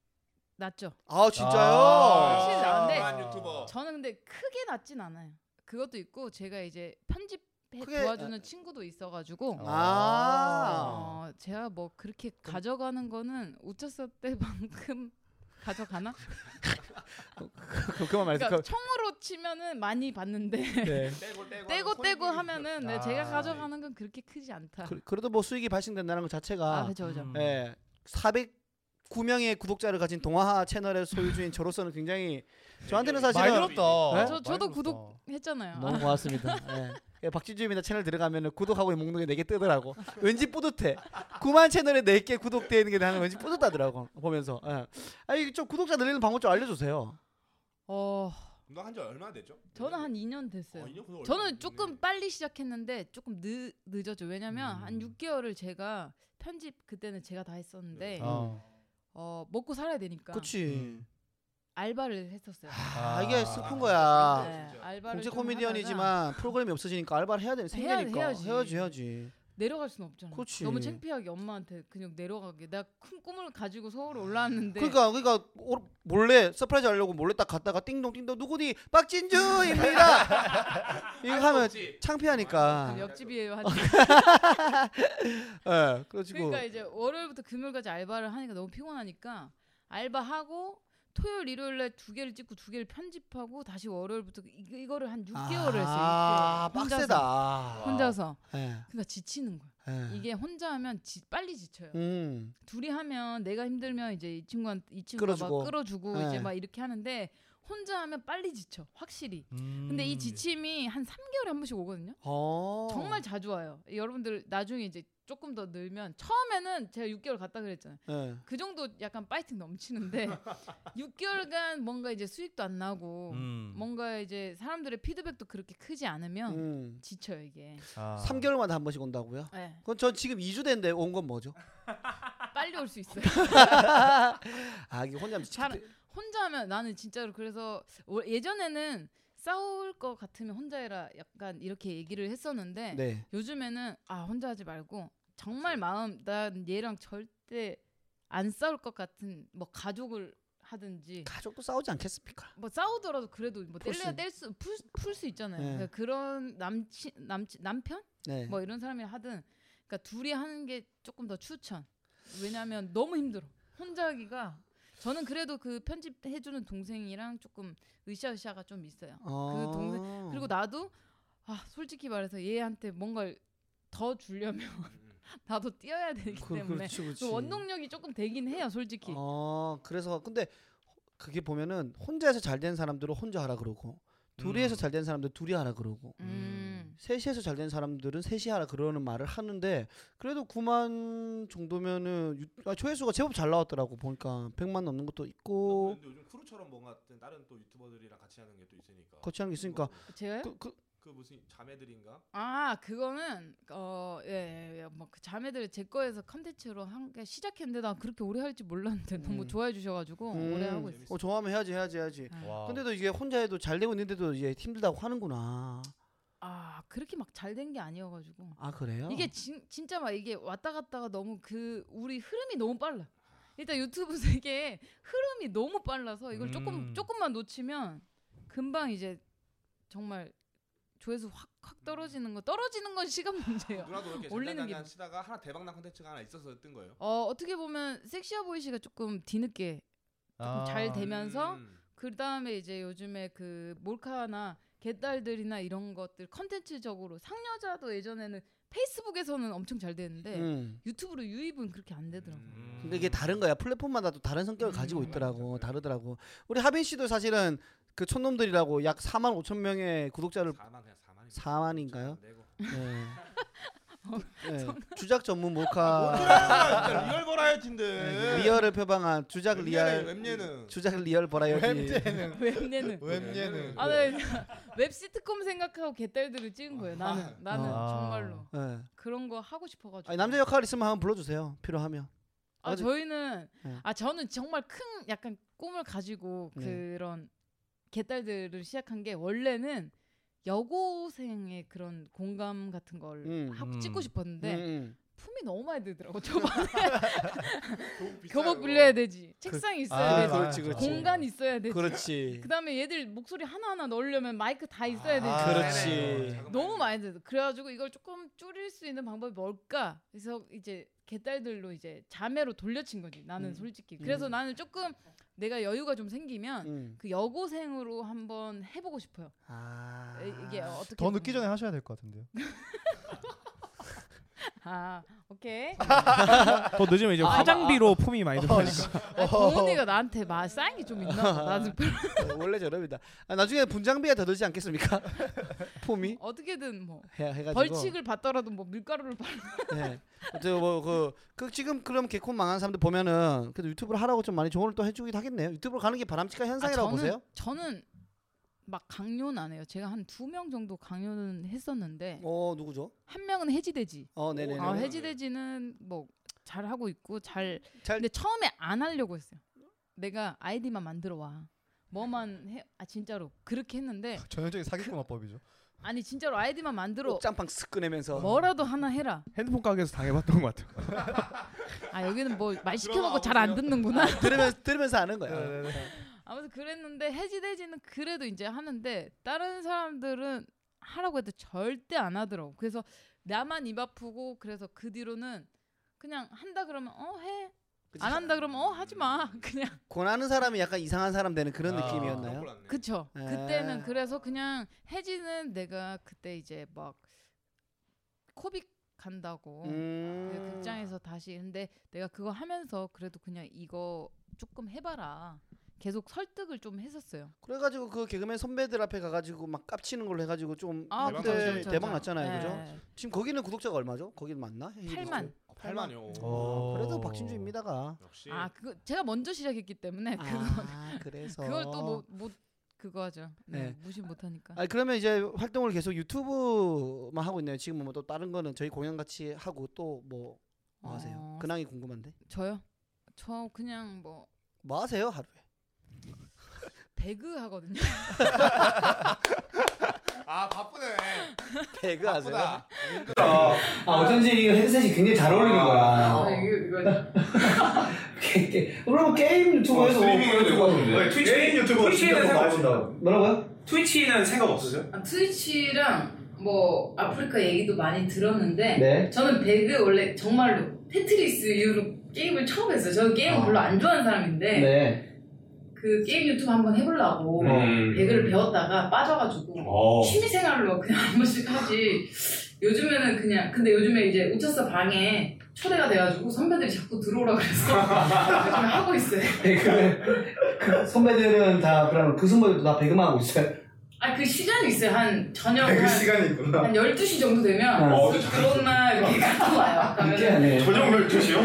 Speaker 3: 낫죠.
Speaker 1: 아 진짜요
Speaker 4: 아.
Speaker 3: 확실히 나은데
Speaker 5: 만 유튜버.
Speaker 3: 저는 근데 크게 낫진 않아요. 그것도 있고 제가 이제 편집 해
Speaker 1: 크게-
Speaker 3: 도와주는 친구도 있어가지고
Speaker 1: 아.
Speaker 3: 어, 제가 뭐 그렇게 가져가는 거는 우차사 때만큼 가져가나?
Speaker 1: 그럼 그만 말해서
Speaker 3: 그러니까 청으로 치면은 많이 받는데
Speaker 1: 네.
Speaker 5: 떼고 떼고
Speaker 3: 어. 떼고 떼고
Speaker 5: 하면 소리
Speaker 3: 하면은 네,
Speaker 4: 아.
Speaker 3: 제가 가져가는 건 그렇게 크지 않다.
Speaker 1: 그, 그래도 뭐 수익이 발생된다는 것
Speaker 3: 아,
Speaker 1: 자체가
Speaker 3: 그죠 그죠.
Speaker 4: 음.
Speaker 1: 예 409명의 구독자를 가진 동화하 채널의 소유주인 저로서는 굉장히 저한테는
Speaker 4: 많이
Speaker 1: 사실은
Speaker 3: 아,
Speaker 5: 마이너스.
Speaker 4: 늘었다.
Speaker 1: 네?
Speaker 3: 저 저도
Speaker 4: 많이 늘었다.
Speaker 3: 구독 했잖아요.
Speaker 1: 너무 고맙습니다 예. 예, 박진주입니다 채널 들어가면 구독하고 있는 목록에 4개 뜨더라고 왠지 뿌듯해 9만 채널에 4개 구독되어 있는 게 나는 왠지 뿌듯하더라고 보면서 예. 아니 좀 구독자 늘리는 방법 좀 알려주세요
Speaker 3: 어,
Speaker 5: 운동 한지 얼마나 됐죠?
Speaker 3: 저는 한 2년 됐어요.
Speaker 5: 어, 인형 그거 얼마 안 됐네.
Speaker 3: 저는 조금 빨리 시작했는데 조금 늦, 늦었죠. 왜냐면
Speaker 1: 음.
Speaker 3: 한 6개월을 제가 편집 그때는 제가 다 했었는데
Speaker 1: 네.
Speaker 4: 어.
Speaker 3: 어, 먹고 살아야 되니까
Speaker 1: 그치
Speaker 4: 음.
Speaker 3: 알바를 했었어요.
Speaker 1: 아, 이게 슬픈
Speaker 5: 아,
Speaker 1: 거야.
Speaker 3: 네,
Speaker 5: 진짜.
Speaker 3: 알바를
Speaker 1: 공채
Speaker 3: 좀 하다가
Speaker 1: 코미디언이지만 프로그램이 없어지니까 알바를 해야 되는
Speaker 3: 해야-
Speaker 1: 생계니까
Speaker 3: 해야지.
Speaker 1: 해야지 해야지.
Speaker 3: 내려갈 수는 없잖아.
Speaker 1: 그치.
Speaker 3: 너무 창피하게 엄마한테 그냥 내려가게. 나 큰 꿈을 가지고 서울 올라왔는데
Speaker 1: 그러니까 그러니까 오- 몰래 서프라이즈 하려고 몰래 딱 갔다가 띵동 띵동 누구니 박진주입니다. 이거 하면
Speaker 5: 없지.
Speaker 1: 창피하니까.
Speaker 3: 그 옆집이에요. 한
Speaker 1: 예. 아, 그래가지고
Speaker 3: 그러니까 이제 월요일부터 금요일까지 알바를 하니까 너무 피곤하니까 알바하고 토요일 일요일에 두 개를 찍고 두 개를 편집하고 다시 월요일부터 이- 이거를 한 6개월을
Speaker 1: 아,
Speaker 3: 했어요. 6개월.
Speaker 1: 빡세다.
Speaker 3: 혼자서.
Speaker 1: 예.
Speaker 3: 그러니까 지치는 거야.
Speaker 1: 예.
Speaker 3: 이게 혼자 하면 지, 빨리 지쳐요.
Speaker 1: 음.
Speaker 3: 둘이 하면 내가 힘들면 이제 이 친구한테 이 친구가
Speaker 1: 끌어주고.
Speaker 3: 막 끌어주고
Speaker 1: 네.
Speaker 3: 이제 막 이렇게 하는데 혼자 하면 빨리 지쳐. 확실히. 음. 근데
Speaker 4: 음.
Speaker 3: 이 지침이 한 3개월에 한 번씩 오거든요.
Speaker 1: 어.
Speaker 3: 정말 자주 와요. 여러분들 나중에 이제 조금 더 늘면 처음에는 제가 6개월 갔다 그랬잖아요.
Speaker 1: 예.
Speaker 3: 그 정도 약간 파이팅 넘치는데 6개월간 뭔가 이제 수익도 안 나고 뭔가 이제 사람들의 피드백도 그렇게 크지 않으면
Speaker 1: 음.
Speaker 3: 지쳐요 이게.
Speaker 4: 아.
Speaker 1: 3개월마다 한 번씩 온다고요?
Speaker 3: 네,
Speaker 1: 그건 전 지금 2주 됐는데 온 건 뭐죠?
Speaker 3: 빨리 올 수 있어요.
Speaker 1: 아, 이게 혼자 하면 진짜
Speaker 3: 잘- 혼자 하면 나는 진짜로 그래서 월- 예전에는 싸울 것 같으면 혼자 해라 약간 이렇게 얘기를 했었는데
Speaker 1: 네.
Speaker 3: 요즘에는 아 혼자 하지 말고 정말 마음 난 얘랑 절대 안 싸울 것 같은 뭐 가족을 하든지
Speaker 1: 가족도 싸우지 않겠습니까?
Speaker 3: 뭐 싸우더라도 그래도 뭐
Speaker 1: 풀
Speaker 3: 뗄래야
Speaker 1: 수-
Speaker 3: 뗄수풀 수 있잖아요.
Speaker 1: 네.
Speaker 3: 그러니까 그런 남친 남친 남편
Speaker 1: 네.
Speaker 3: 뭐 이런 사람이 하든 그러니까 둘이 하는 게 조금 더 추천. 왜냐하면 너무 힘들어. 혼자 하기가 저는 그래도 그 편집해 주는 동생이랑 조금 으쌰으쌰가 좀 있어요.
Speaker 1: 어.
Speaker 3: 동생- 그리고 나도 아 솔직히 말해서 얘한테 뭔가를 더 주려면 나도 뛰어야 되기
Speaker 1: 음, 그-
Speaker 3: 때문에
Speaker 1: 그렇지, 그렇지.
Speaker 3: 그 원동력이 조금 되긴 해요 솔직히.
Speaker 1: 어, 그래서 근데 그게 보면은 혼자서 잘 된 사람들은 혼자 하라 그러고 둘이 해서 잘 된 사람들 은 둘이 하라 그러고
Speaker 3: 음.
Speaker 1: 셋이 해서 잘 된 사람들은 셋이 하라 그러는 말을 하는데 그래도 9만 정도면은 유, 아, 조회수가 제법 잘 나왔더라고 보니까 100만 넘는 것도 있고
Speaker 5: 아, 근데 요즘 크루처럼 뭔가 다른 또 유튜버들이랑 같이 하는 게 또 있으니까.
Speaker 1: 같이 하는 게 있으니까
Speaker 3: 제가요?
Speaker 1: 그, 그,
Speaker 5: 그 무슨 자매들인가?
Speaker 3: 아 그거는 어, 예, 어예뭐그 자매들 제 거에서 컨텐츠로 한 게 시작했는데 난 그렇게 오래 할지 몰랐는데 너무
Speaker 1: 음.
Speaker 3: 좋아해 주셔가지고
Speaker 1: 음.
Speaker 3: 오래 하고 있어요.
Speaker 1: 어 좋아하면 해야지 해야지 해야지
Speaker 5: 아.
Speaker 4: 근데
Speaker 1: 근데도 이게 혼자 해도 잘 되고 있는데도 이제 힘들다고 하는구나
Speaker 3: 아 그렇게 막 잘 된 게 아니어가지고
Speaker 1: 아 그래요?
Speaker 3: 이게 진, 진짜 막 이게 왔다 갔다가 너무 그 우리 흐름이 너무 빨라. 일단 유튜브 세계 흐름이 너무 빨라서 이걸 조금
Speaker 4: 음.
Speaker 3: 조금만 놓치면 금방 이제 정말 조회수 확 확 떨어지는 거 떨어지는 건 시간 문제예요.
Speaker 5: 누나도 이렇게
Speaker 3: 올리는
Speaker 5: 올리는
Speaker 3: 기분.
Speaker 5: 게 치다가 하나 대박난 콘텐츠가 하나 있어서 뜬 거예요.
Speaker 3: 어 어떻게 보면 섹시아 보이 씨가 조금 뒤늦게
Speaker 4: 아.
Speaker 3: 잘 된- 되면서
Speaker 5: 음.
Speaker 3: 그 다음에 이제 요즘에 그 몰카나 개딸들이나 이런 것들 컨텐츠적으로 상여자도 예전에는 페이스북에서는 엄청 잘 되는데
Speaker 1: 음.
Speaker 3: 유튜브로 유입은 그렇게 안 되더라고. 요
Speaker 5: 음.
Speaker 1: 근데
Speaker 2: 그러니까
Speaker 1: 이게 다른 거야. 플랫폼마다 또 다른 성격을
Speaker 3: 네. 음.
Speaker 1: 가지고 있더라고.
Speaker 5: 맞아요.
Speaker 1: 다르더라고. 우리 하빈 씨도 사실은 그 촌놈들이라고 약 4만 5천 명의 구독자를
Speaker 5: 4만 그냥 4만인가요?
Speaker 1: 4만인가요?
Speaker 5: 내고.
Speaker 1: 예.
Speaker 3: 어,
Speaker 1: 예. 주작 전문
Speaker 3: 아,
Speaker 1: 몰카
Speaker 5: 진짜
Speaker 2: 그러니까
Speaker 5: 리얼 버라이어티인데.
Speaker 1: 예, 리얼을 표방한 주작 리얼
Speaker 5: 웹예능.
Speaker 1: 주작 리얼 버라이어티.
Speaker 4: 웹예능
Speaker 3: 웹내는
Speaker 4: 웹예능
Speaker 3: 아, 네. 웹 시트콤 생각하고 개딸들을 찍은 거예요. 나는 나는
Speaker 4: 아.
Speaker 3: 정말로
Speaker 1: 예.
Speaker 3: 그런 거 하고 싶어가지고.
Speaker 1: 아니, 남자 역할 있으면 한번 불러주세요. 필요하면.
Speaker 3: 아
Speaker 1: 어디-
Speaker 3: 저희는
Speaker 1: 네.
Speaker 3: 아 저는 정말 큰 약간 꿈을 가지고
Speaker 1: 네.
Speaker 3: 그런 개딸들을 시작한 게 원래는 여고생의 그런 공감 같은 걸
Speaker 1: 음.
Speaker 3: 하고
Speaker 4: 음.
Speaker 3: 찍고 싶었는데
Speaker 1: 음,
Speaker 3: 품이 너무 많이 들더라고. 저만
Speaker 5: 교복 비싸요,
Speaker 3: 교복
Speaker 5: 그거.
Speaker 3: 빌려야 되지. 책상 있어야
Speaker 4: 아,
Speaker 3: 되지.
Speaker 1: 그렇지,
Speaker 4: 맞아.
Speaker 1: 그렇지.
Speaker 3: 공간 있어야
Speaker 1: 음.
Speaker 3: 되지.
Speaker 1: 그렇지.
Speaker 3: 그 다음에 얘들 목소리 하나하나 넣으려면 마이크 다 있어야 되지.
Speaker 4: 아,
Speaker 1: 그렇지.
Speaker 5: 네네. 작은
Speaker 3: 너무
Speaker 5: 마이크.
Speaker 3: 많이 들어. 그래가지고 이걸 조금 줄일 수 있는 방법이 뭘까? 그래서 이제 개딸들로 이제 자매로 돌려친 거지. 나는
Speaker 1: 음.
Speaker 3: 솔직히. 그래서
Speaker 1: 음.
Speaker 3: 나는 조금 내가 여유가 좀 생기면
Speaker 1: 음.
Speaker 3: 그 여고생으로 한번 해보고 싶어요.
Speaker 1: 아.
Speaker 3: 에, 이게 어떻게
Speaker 4: 더 늦기
Speaker 3: 보면.
Speaker 4: 전에 하셔야 될 것 같은데요.
Speaker 3: 아 오케이.
Speaker 2: 더 늦으면 이제
Speaker 3: 아,
Speaker 2: 화장비로 품이 많이 들어가니까.
Speaker 3: 아, 동훈이가 나한테 막 쌓인 게 좀 있나? 봐. 나는 별로-
Speaker 1: 어, 원래 저럽니다. 아, 나중에 분장비가 더 들지 않겠습니까? 폼이
Speaker 3: 어떻게든 뭐
Speaker 1: 해, 해가지고.
Speaker 3: 벌칙을 받더라도 뭐 밀가루를 받.
Speaker 1: 네. 어쨌든 뭐그 그 지금 그럼 개콘 망한 사람들 보면은 그래도 유튜브를 하라고 좀 많이 조언을 또 해주긴 하겠네요. 유튜브로 가는 게 바람직한 현상이라고
Speaker 3: 아, 저는,
Speaker 1: 보세요?
Speaker 3: 저는 막 강요는 안 해요. 제가 한 두 명 정도 강요는 했었는데
Speaker 1: 어 누구죠?
Speaker 3: 한 명은 해지되지.
Speaker 1: 어 네네네.
Speaker 3: 아
Speaker 5: 네.
Speaker 3: 해지돼지는 뭐 잘 하고 있고 잘
Speaker 1: 잘-
Speaker 3: 근데 처음에 안 하려고 했어요. 내가 아이디만 만들어 와. 뭐만 해. 아 진짜로 그렇게 했는데
Speaker 4: 전형적인 사기꾼 화법이죠.
Speaker 3: 아니 진짜로 아이디만 만들어
Speaker 1: 옥장판 쓱 꺼내면서
Speaker 3: 뭐라도 하나 해라.
Speaker 2: 핸드폰 가게에서 당해봤던 것 같아요.
Speaker 3: 아 여기는 뭐 말
Speaker 5: 들어가
Speaker 3: 시켜놓고 잘 안 듣는구나.
Speaker 1: 들으면서 들으면서 아는 거야.
Speaker 3: 아무튼 그랬는데 해지돼지는 그래도 이제 하는데 다른 사람들은 하라고 해도 절대 안 하더라고. 그래서 나만 입 아프고 그래서 그 뒤로는 그냥 한다 그러면 어 해.
Speaker 1: 그치?
Speaker 3: 안 한다 그러면 어 하지 마. 그냥
Speaker 1: 권하는 사람이 약간 이상한 사람 되는 그런
Speaker 4: 아,
Speaker 1: 느낌이었나요?
Speaker 3: 그쵸.
Speaker 1: 아.
Speaker 3: 그때는 그래서 그냥 해지는 내가 그때 이제 막 코빅 간다고
Speaker 1: 음.
Speaker 3: 그 극장에서 다시 근데 내가 그거 하면서 그래도 그냥 이거 조금 해봐라. 계속 설득을 좀 했었어요.
Speaker 1: 그래가지고 그 개그맨 선배들 앞에 가가지고 막 깝치는 걸로 해가지고 좀
Speaker 3: 아,
Speaker 1: 그때
Speaker 5: 그쵸, 그쵸,
Speaker 3: 그쵸,
Speaker 1: 대박
Speaker 3: 그쵸.
Speaker 1: 났잖아요, 그죠?
Speaker 3: 네.
Speaker 1: 지금 거기는 구독자가 얼마죠? 거기는 맞나? 아,
Speaker 3: 8만.
Speaker 5: 8만요.
Speaker 1: 어.
Speaker 4: 오.
Speaker 1: 그래도 박진주입니다가.
Speaker 5: 아, 역시.
Speaker 3: 아 그거 제가 먼저 시작했기 때문에 네, 그거
Speaker 1: 아 그래서.
Speaker 3: 그걸 또뭐 못 못 그거 하죠. 네,
Speaker 1: 네.
Speaker 3: 무시 못 하니까.
Speaker 1: 아 그러면 이제 활동을 계속 유튜브만 하고 있네요. 지금 뭐 또 다른 거는 저희 공연 같이 하고 또 뭐 하세요?
Speaker 3: 어,
Speaker 1: 근황이 궁금한데.
Speaker 3: 저요? 저 그냥 뭐
Speaker 1: 뭐 하세요 하루에?
Speaker 3: 배그 하거든요.
Speaker 5: 아 바쁘네.
Speaker 1: 배그 하세요?
Speaker 5: 바쁘다.
Speaker 6: 아 어쩐지 이 헤드셋이 굉장히 잘 어울리는
Speaker 3: 아,
Speaker 6: 거야.
Speaker 3: 네.
Speaker 6: 게- 게- 그럼 게임
Speaker 7: 어,
Speaker 6: 유튜버에서
Speaker 8: 네,
Speaker 7: 게임 유튜버
Speaker 6: 트위치에는
Speaker 7: 어, 진짜
Speaker 6: 생각
Speaker 7: 많이 본다고.
Speaker 6: 뭐라고요?
Speaker 7: 트위치는 생각 없으세요?
Speaker 3: 트위치랑 아, 뭐 아프리카 얘기도 많이 들었는데
Speaker 6: 네.
Speaker 3: 저는 배그 원래 정말로 테트리스 이후로 게임을 처음 했어요. 저 게임을
Speaker 6: 아.
Speaker 3: 별로 안 좋아하는 사람인데
Speaker 6: 네.
Speaker 3: 그 게임 유튜브 한번 해보려고 배그를 배웠다가 빠져가지고
Speaker 7: 어.
Speaker 3: 취미생활로 그냥 한 번씩 하지. 요즘에는 그냥 근데 요즘에 이제 우차사 방에 초대가 돼가지고 선배들이 자꾸 들어오라 그래서 요즘에 하고 있어요.
Speaker 6: 네, 배그 그 선배들은 다 그럼 그 선배들도 다 배그만 하고 있어요.
Speaker 3: 아 그 시간이 있어요. 한 저녁
Speaker 4: 네,
Speaker 7: 배그
Speaker 3: 한,
Speaker 7: 시간이 있구나.
Speaker 3: 한 12시 정도 되면
Speaker 6: 어,
Speaker 3: 그것만 이렇게 갖고 와요.
Speaker 6: 그게
Speaker 3: 그러면
Speaker 6: 아니에요.
Speaker 7: 저녁 12시요?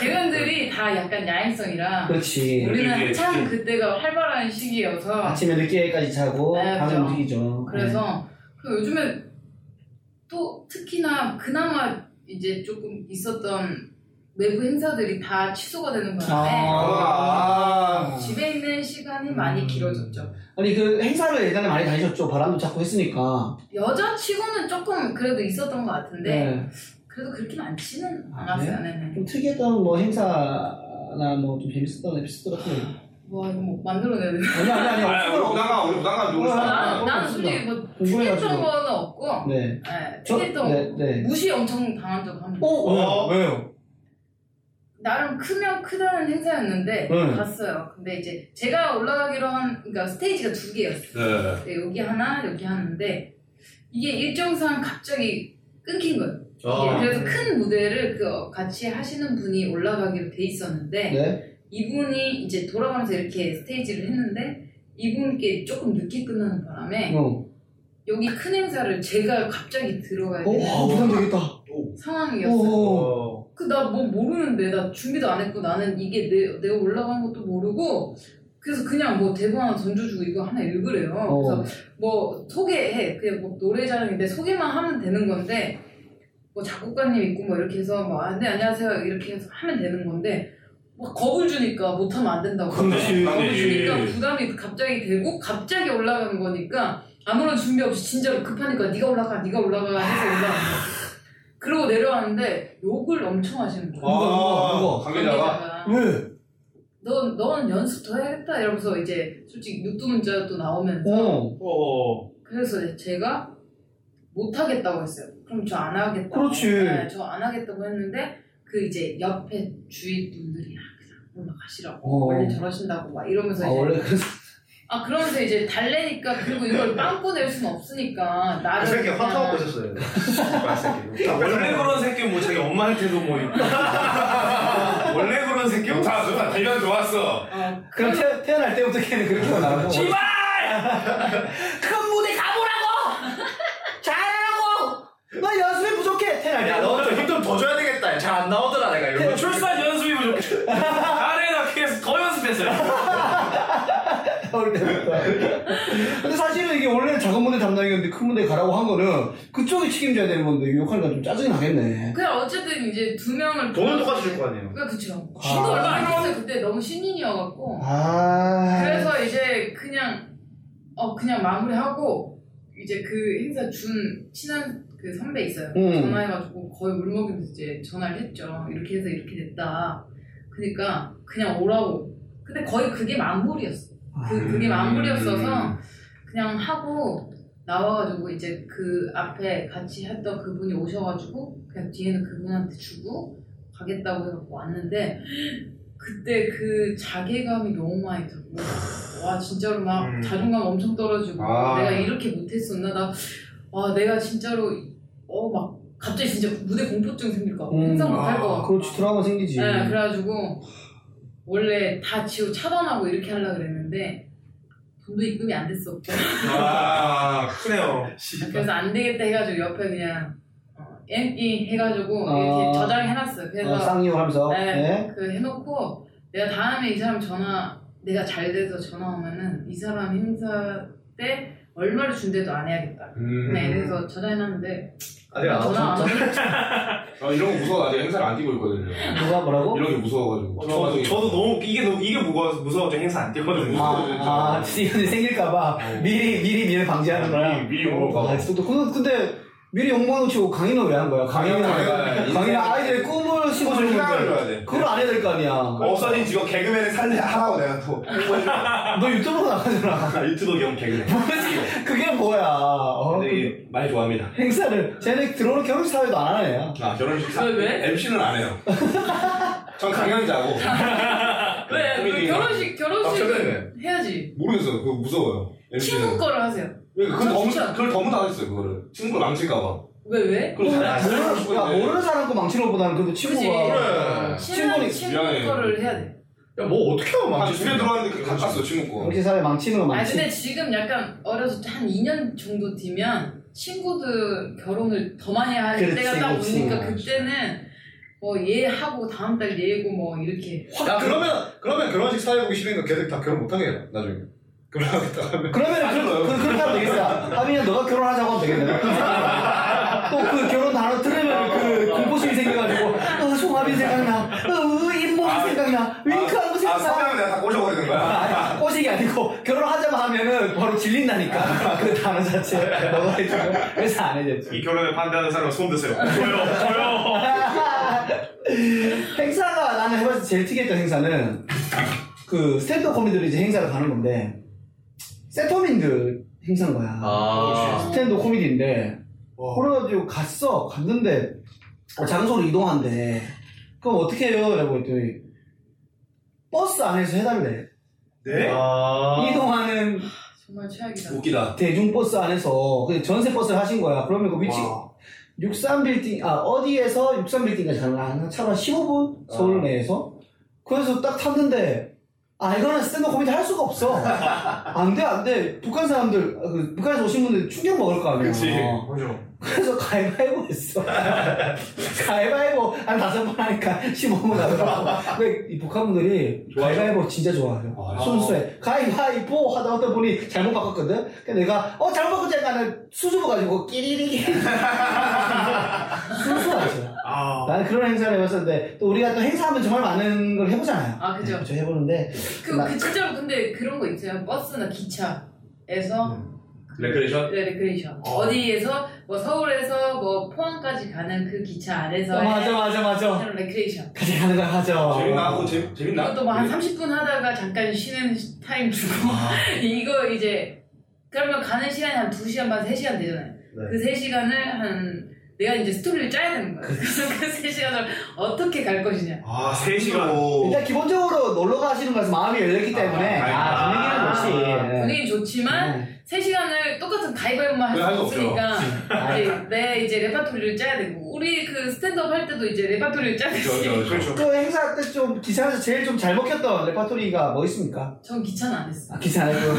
Speaker 3: 개면들이 아, 다 약간 야행성이라
Speaker 6: 그렇지.
Speaker 3: 우리는
Speaker 7: 이게
Speaker 3: 한참
Speaker 7: 지금-
Speaker 3: 그때가 활발한 시기여서
Speaker 6: 아침에 늦게까지 자고
Speaker 3: 네,
Speaker 6: 밤에
Speaker 3: 그죠.
Speaker 6: 움직이죠. 네.
Speaker 3: 그래서 그 요즘에 또 특히나 그나마 이제 조금 있었던 외부 행사들이 다 취소가 되는
Speaker 6: 네.
Speaker 3: 바람에
Speaker 6: 아. 음.
Speaker 3: 집에 있는 시간이 많이 길어졌죠.
Speaker 6: 아니 그 행사를 예전에 많이 다니셨죠. 바람도 잡고 했으니까.
Speaker 3: 여자 치고는 조금 그래도 있었던 것 같은데
Speaker 6: 네.
Speaker 3: 그래도 그렇게 많지는
Speaker 6: 아,
Speaker 3: 않았어요. 네? 네.
Speaker 6: 좀 특이했던 뭐 행사나 뭐 좀 재밌었던 에피소드 같은 거.
Speaker 3: 와 이거 뭐 만들어내야 되나?
Speaker 6: 아니 아니
Speaker 7: 아,
Speaker 6: 아니.
Speaker 7: 우리 부담가, 우리 부담가 누구
Speaker 6: 아,
Speaker 3: 나는 나는
Speaker 6: 없습니다.
Speaker 3: 솔직히 뭐
Speaker 6: 궁금해가지고.
Speaker 3: 특이했던 거는 없고
Speaker 6: 네.
Speaker 3: 네,
Speaker 6: 저,
Speaker 3: 특이했던
Speaker 6: 네, 네.
Speaker 3: 무시 엄청 당한 적 한 번.
Speaker 6: 어? 왜요?
Speaker 3: 나름 크면 크다는
Speaker 6: 네.
Speaker 3: 행사였는데 갔어요. 근데 이제 제가 올라가기로 한 그러니까 스테이지가 두 개였어요.
Speaker 7: 네.
Speaker 3: 근데 여기 하나 여기 하는데 이게 일정상 갑자기 끊긴 거예요. 네,
Speaker 7: 아.
Speaker 3: 그래서 큰 무대를 그 같이 하시는 분이 올라가기로 돼 있었는데
Speaker 6: 네.
Speaker 3: 이분이 이제 돌아가면서 이렇게 스테이지를 했는데 이분께 조금 늦게 끝나는 바람에
Speaker 6: 어.
Speaker 3: 여기 큰 행사를 제가 갑자기 들어가야
Speaker 6: 오,
Speaker 1: 네.
Speaker 3: 되는
Speaker 6: 아, 부담되겠다.
Speaker 3: 상황이었어요.
Speaker 6: 오.
Speaker 7: 어.
Speaker 3: 그 나 뭐 모르는데 나 준비도 안 했고 나는 이게 내, 내가 올라간 것도 모르고 그래서 그냥 뭐 대본 하나 던져주고 이거 하나 읽으래요
Speaker 6: 어.
Speaker 3: 그래서 뭐 소개해 그냥 뭐 노래자랑인데 소개만 하면 되는 건데 뭐 작곡가님 있고 뭐 이렇게 해서 뭐아네 안녕하세요 이렇게 해서 하면 되는 건데 막 겁을 주니까 못하면 안 된다고
Speaker 7: 그렇지.
Speaker 3: 겁을
Speaker 6: 네, 예,
Speaker 3: 주니까 그러니까 부담이 갑자기 되고 갑자기 올라간 거니까 아무런 준비 없이 진짜로 급하니까 네가 올라가 네가 올라가 해서 올라간 거야 그러고 내려왔는데 욕을 엄청 하시는 거야
Speaker 7: 아,
Speaker 6: 누가,
Speaker 7: 관계자가?
Speaker 6: 왜?
Speaker 3: 넌, 넌 연습 더 해야겠다 이러면서 이제 솔직히 육두문자도 나오면서
Speaker 6: 어.
Speaker 7: 어.
Speaker 3: 그래서 제가 못하겠다고 했어요. 그럼 저 안 하겠다고. 네,
Speaker 6: 그렇지.
Speaker 3: 저 안 하겠다고 했는데 그 이제 옆에 주위 분들이 아 그냥 올라가시라고
Speaker 6: 어.
Speaker 3: 원래 저러신다고 막 이러면서
Speaker 6: 아,
Speaker 3: 이제
Speaker 6: 원래 그래서.
Speaker 3: 아 그러면서 이제 달래니까 그리고 이걸 빵꾸 낼 수는 없으니까
Speaker 7: 그
Speaker 3: 나를
Speaker 7: 새끼
Speaker 3: 그냥-
Speaker 7: 화타고 계셨어요. 새끼. 아,
Speaker 8: 원래 아, 그런 새끼 뭐 자기 엄마한테도 뭐 있고. 원래 그런 새끼 뭐.
Speaker 5: 좋다 좋다 대변 좋았어.
Speaker 3: 어,
Speaker 6: 그럼 태, 태어날 때부터 걔는 그렇게 나오고.
Speaker 8: 씨발!
Speaker 6: 큰 무대 가보라고! 잘하라고! 나 연습이 부족해! 태어날 때.
Speaker 7: 야, 너좀힘좀더 줘야 되겠다. 잘 안 나오더라, 내가 이거.
Speaker 8: 출산 연습이 부족해. 아래나 계속 더 연습했어요.
Speaker 1: 어릴 때부터. 근데 사실은 이게 원래 작은 무대 담당이었는데 큰 무대 가라고 한 거는 그쪽이 책임져야 되는 건데 욕하니까 좀 짜증이 나겠네.
Speaker 3: 그냥 어쨌든 이제 두 명을
Speaker 8: 돈은 똑같이 줄 거 아니에요.
Speaker 3: 그 그쵸.
Speaker 1: 아.
Speaker 3: 저도 얼마 안 됐어요. 그때 너무 신인이어갖고.
Speaker 1: 아.
Speaker 3: 그래서 이제 그냥 어 그냥 마무리하고 이제 그 행사 준 친한 그 선배 있어요.
Speaker 1: 음.
Speaker 3: 전화해가지고 거의 울먹이면서 이제 전화를 했죠. 이렇게 해서 이렇게 됐다. 그러니까 그냥 오라고. 근데 거의 그게 마무리였어. 그 그게
Speaker 8: 아.
Speaker 3: 마무리였어서 그냥 하고 나와가지고 이제 그 앞에 같이 했던 그분이 오셔가지고 그냥 뒤에는 그분한테 주고 가겠다고 해갖고 왔는데 그때 그 자괴감이 너무 많이 들고 와 진짜로 막
Speaker 8: 음.
Speaker 3: 자존감 엄청 떨어지고
Speaker 8: 아.
Speaker 3: 내가 이렇게 못했었나 나 와 내가 진짜로 어 막 갑자기 진짜 무대 공포증 생길 것 같고
Speaker 1: 음,
Speaker 3: 항상 못할
Speaker 8: 아,
Speaker 3: 것 같고
Speaker 1: 그렇지 드라마 생기지.
Speaker 3: 네, 그래가지고 원래 다 지우 차단하고 이렇게 하려 그랬는데 돈도 입금이 안 됐었고
Speaker 8: 아 크네요.
Speaker 3: 그래서 안 되겠다 해가지고 옆에 그냥 어, 엠기 해가지고 이렇게
Speaker 1: 아.
Speaker 3: 저장해놨어요. 그래서
Speaker 1: 어, 쌍욕 하면서.
Speaker 3: 네,
Speaker 1: 네.
Speaker 3: 그 해놓고 내가 다음에 이 사람 전화 내가 잘 돼서 전화 오면은 이 사람 행사 때 얼마를 준대도 안 해야겠다.
Speaker 5: 음.
Speaker 1: 음.
Speaker 3: 네, 그래서 전화해놨는데
Speaker 5: 아직 안
Speaker 3: 전화 안 오고
Speaker 5: 아, 이런 거 무서워. 아직 행사를 안 뛰고 있거든요.
Speaker 1: 누가 뭐라고?
Speaker 5: 이런 게 무서워가지고. 아,
Speaker 8: 저도, 저도 너무 웃기- 이게 너무 이게 무거워서 무서워서 행사 안 뛰거든요.
Speaker 1: 아, 아, 지연이 생길까봐 미리 미리 미리 방지하는 거야.
Speaker 8: 미리, 미리 보고.
Speaker 1: 아, 진짜. 근데, 근데 미리 욕망을 치고 강의는 왜 한 거야? 강의는 강의는 아이들의 꿈을 심어주는
Speaker 5: 희망을
Speaker 1: 건데
Speaker 5: 줘야 돼.
Speaker 1: 그걸 안 해야 될 거 아니야.
Speaker 8: 없어진 직업 개그맨을 살래 하라고 내가.
Speaker 5: 또.
Speaker 1: 너 유튜브로 나가잖아.
Speaker 8: 유튜브 겸 개그맨.
Speaker 1: 뭐지? 그게 뭐야? 어?
Speaker 8: 네.
Speaker 5: 근데 이게 많이 좋아합니다.
Speaker 1: 행사를 쟤네 들어오는 결혼식 사회도 안 하는 애야.
Speaker 5: 아, 결혼식 사.
Speaker 3: 왜, 왜?
Speaker 5: MC는 안 해요. 전 강연자고.
Speaker 3: 왜, 왜
Speaker 5: 코미디.
Speaker 3: 결혼식 결혼식은
Speaker 5: 아, 저는-
Speaker 3: 해야지
Speaker 5: 모르겠어요. 그거 무서워요.
Speaker 3: 친구
Speaker 5: MC는. 그러니까
Speaker 3: 거를 하세요.
Speaker 5: 그걸 너무,
Speaker 3: 진짜.
Speaker 5: 그걸 너무 당했어요, 그거를. 친구 망칠까봐.
Speaker 3: 왜 왜?
Speaker 5: 그럼 다
Speaker 1: 아, 모르는, 야, 모르는 사람 거 망치는 것보다는 그래도 친구가.
Speaker 5: 그래.
Speaker 3: 친한
Speaker 1: 친구니-
Speaker 3: 친구
Speaker 5: 미안해.
Speaker 3: 거를 해야 돼.
Speaker 8: 야뭐 어떻게 하면
Speaker 5: 한
Speaker 8: 망치지?
Speaker 5: 두개 들어왔는데 그 바꿨어, 친구 거.
Speaker 1: 이렇게 사람이 망치는 거
Speaker 3: 아
Speaker 1: 망치.
Speaker 3: 근데 지금 약간 어려서 한 2년 정도 뒤면 친구들 결혼을 더 많이 할
Speaker 1: 그렇지,
Speaker 3: 때가 딱
Speaker 1: 그렇지.
Speaker 3: 오니까 그때는 뭐 얘하고 다음 달 얘고 뭐 이렇게
Speaker 8: 야 그러면 그러면 결혼식 사회 보기 싫으니까 걔들 다 결혼 못하게 해라 나중에. 결혼하겠다 하면.
Speaker 1: 그러면 그, 그, 그렇게 하면 되겠어. 하민이야, 너가 결혼하자고 하면 되겠네. 또 그 결혼 단어 들으면 그 공포심이 생겨가지고, 어, 송하빈 생각나, 어, 임모가 생각나, 윙크하는 거
Speaker 8: 아
Speaker 1: 생각나.
Speaker 8: 사람을 내가 다 꼬셔버리는 거야.
Speaker 1: 아니, 꼬식이 아니고, 결혼하자고 하면은 바로 질린다니까. 그 단어 자체. 너가 해주고, 그래서 안 해줬지.
Speaker 8: 이 결혼에 반대하는 사람은 손 드세요. 저요 저요.
Speaker 1: 행사가 나는 해봐서 제일 특이했던 행사는 그 스탠드 코미들이 이제 행사를 가는 건데 세터민들 행사인 거야.
Speaker 8: 아.
Speaker 5: 아.
Speaker 1: 스탠드 코미디인데 그래가지고 갔어 갔는데 어, 장소로 이동한대. 그럼 어떻게 해요? 라고 했더니 버스 안에서 해달래.
Speaker 8: 네?
Speaker 1: 아. 이동하는
Speaker 3: 정말 최악이다.
Speaker 5: 웃기다.
Speaker 1: 대중버스 안에서 그 전세 버스를 하신 거야. 그러면 그 위치 63빌딩 아 어디에서 63빌딩까지 가는 거야. 차로 한
Speaker 8: 아.
Speaker 1: 15분 서울 내에서. 그래서 딱 탔는데 아 이거는 스탠드 코미디 할 수가 없어. 안돼 안돼. 북한 사람들 아, 그 북한에서 오신 분들 충격 먹을 거 아니야.
Speaker 8: 그치.
Speaker 1: 그래서 가위바위보 했어. 가위바위보 한 다섯 번 하니까 15분 가더라고. 근데 이 북한 분들이 가위바위보 진짜 좋아해요.
Speaker 5: 아.
Speaker 1: 순수해. 가위바위보 하다 보다 보니 잘못 바꿨거든? 근데 내가, 어, 잘못 바꿨자니까 나는 수줍어가지고 끼리리리. 순수하죠.
Speaker 8: 아.
Speaker 1: 나는 그런 행사를 해봤었는데, 또 우리가 또 행사하면 정말 많은 걸 해보잖아요.
Speaker 3: 아, 그죠.
Speaker 1: 저 해보는데,
Speaker 3: 그, 그 진짜로 근데 그런 거 있어요. 버스나 기차에서
Speaker 5: 레크레이션?
Speaker 1: 네.
Speaker 3: 레- 레크레이션 어디에서 뭐 서울에서 뭐 포항까지 가는 그 기차 안에서
Speaker 1: 어, 맞아, 맞아, 맞아.
Speaker 3: 그런 레크레이션
Speaker 1: 같이 가는 걸 하죠.
Speaker 5: 재밌나? 그거 재, 재밌나?
Speaker 3: 그것도 뭐
Speaker 8: 예.
Speaker 3: 한 30분 하다가 잠깐 쉬는 시- 타임 주고
Speaker 8: 아.
Speaker 3: 이거 이제 그러면 가는 시간이 한 2시간 반 3시간 되잖아요.
Speaker 8: 네.
Speaker 3: 그 3시간을 한 내가 이제 스토리를 짜야 되는 거야. 그래서
Speaker 8: 그렇죠.
Speaker 3: 그 3시간을 어떻게 갈 것이냐.
Speaker 8: 아, 3시간.
Speaker 1: 일단 기본적으로 놀러 가시는 거에서 마음이 열렸기 때문에
Speaker 8: 아,
Speaker 1: 아,
Speaker 8: 아,
Speaker 1: 분위기는 좋지. 네.
Speaker 3: 분위기 좋지만
Speaker 8: 음.
Speaker 3: 3시간을 똑같은 가위바위보만
Speaker 8: 네,
Speaker 5: 왜
Speaker 3: 할수
Speaker 5: 할수 없죠?
Speaker 3: 없으니까
Speaker 8: 아.
Speaker 3: 이제 내 이제 레파토리를 짜야 되고 우리 그 스탠드업 할 때도 이제 레파토리를 짜야
Speaker 5: 저,
Speaker 3: 되지.
Speaker 5: 저, 저.
Speaker 8: 그렇죠.
Speaker 1: 그 행사 때 좀 기사에서 제일 좀 잘 먹혔던 레파토리가 뭐 있습니까?
Speaker 3: 전 귀찮아 안 했어.
Speaker 1: 아, 기사 말고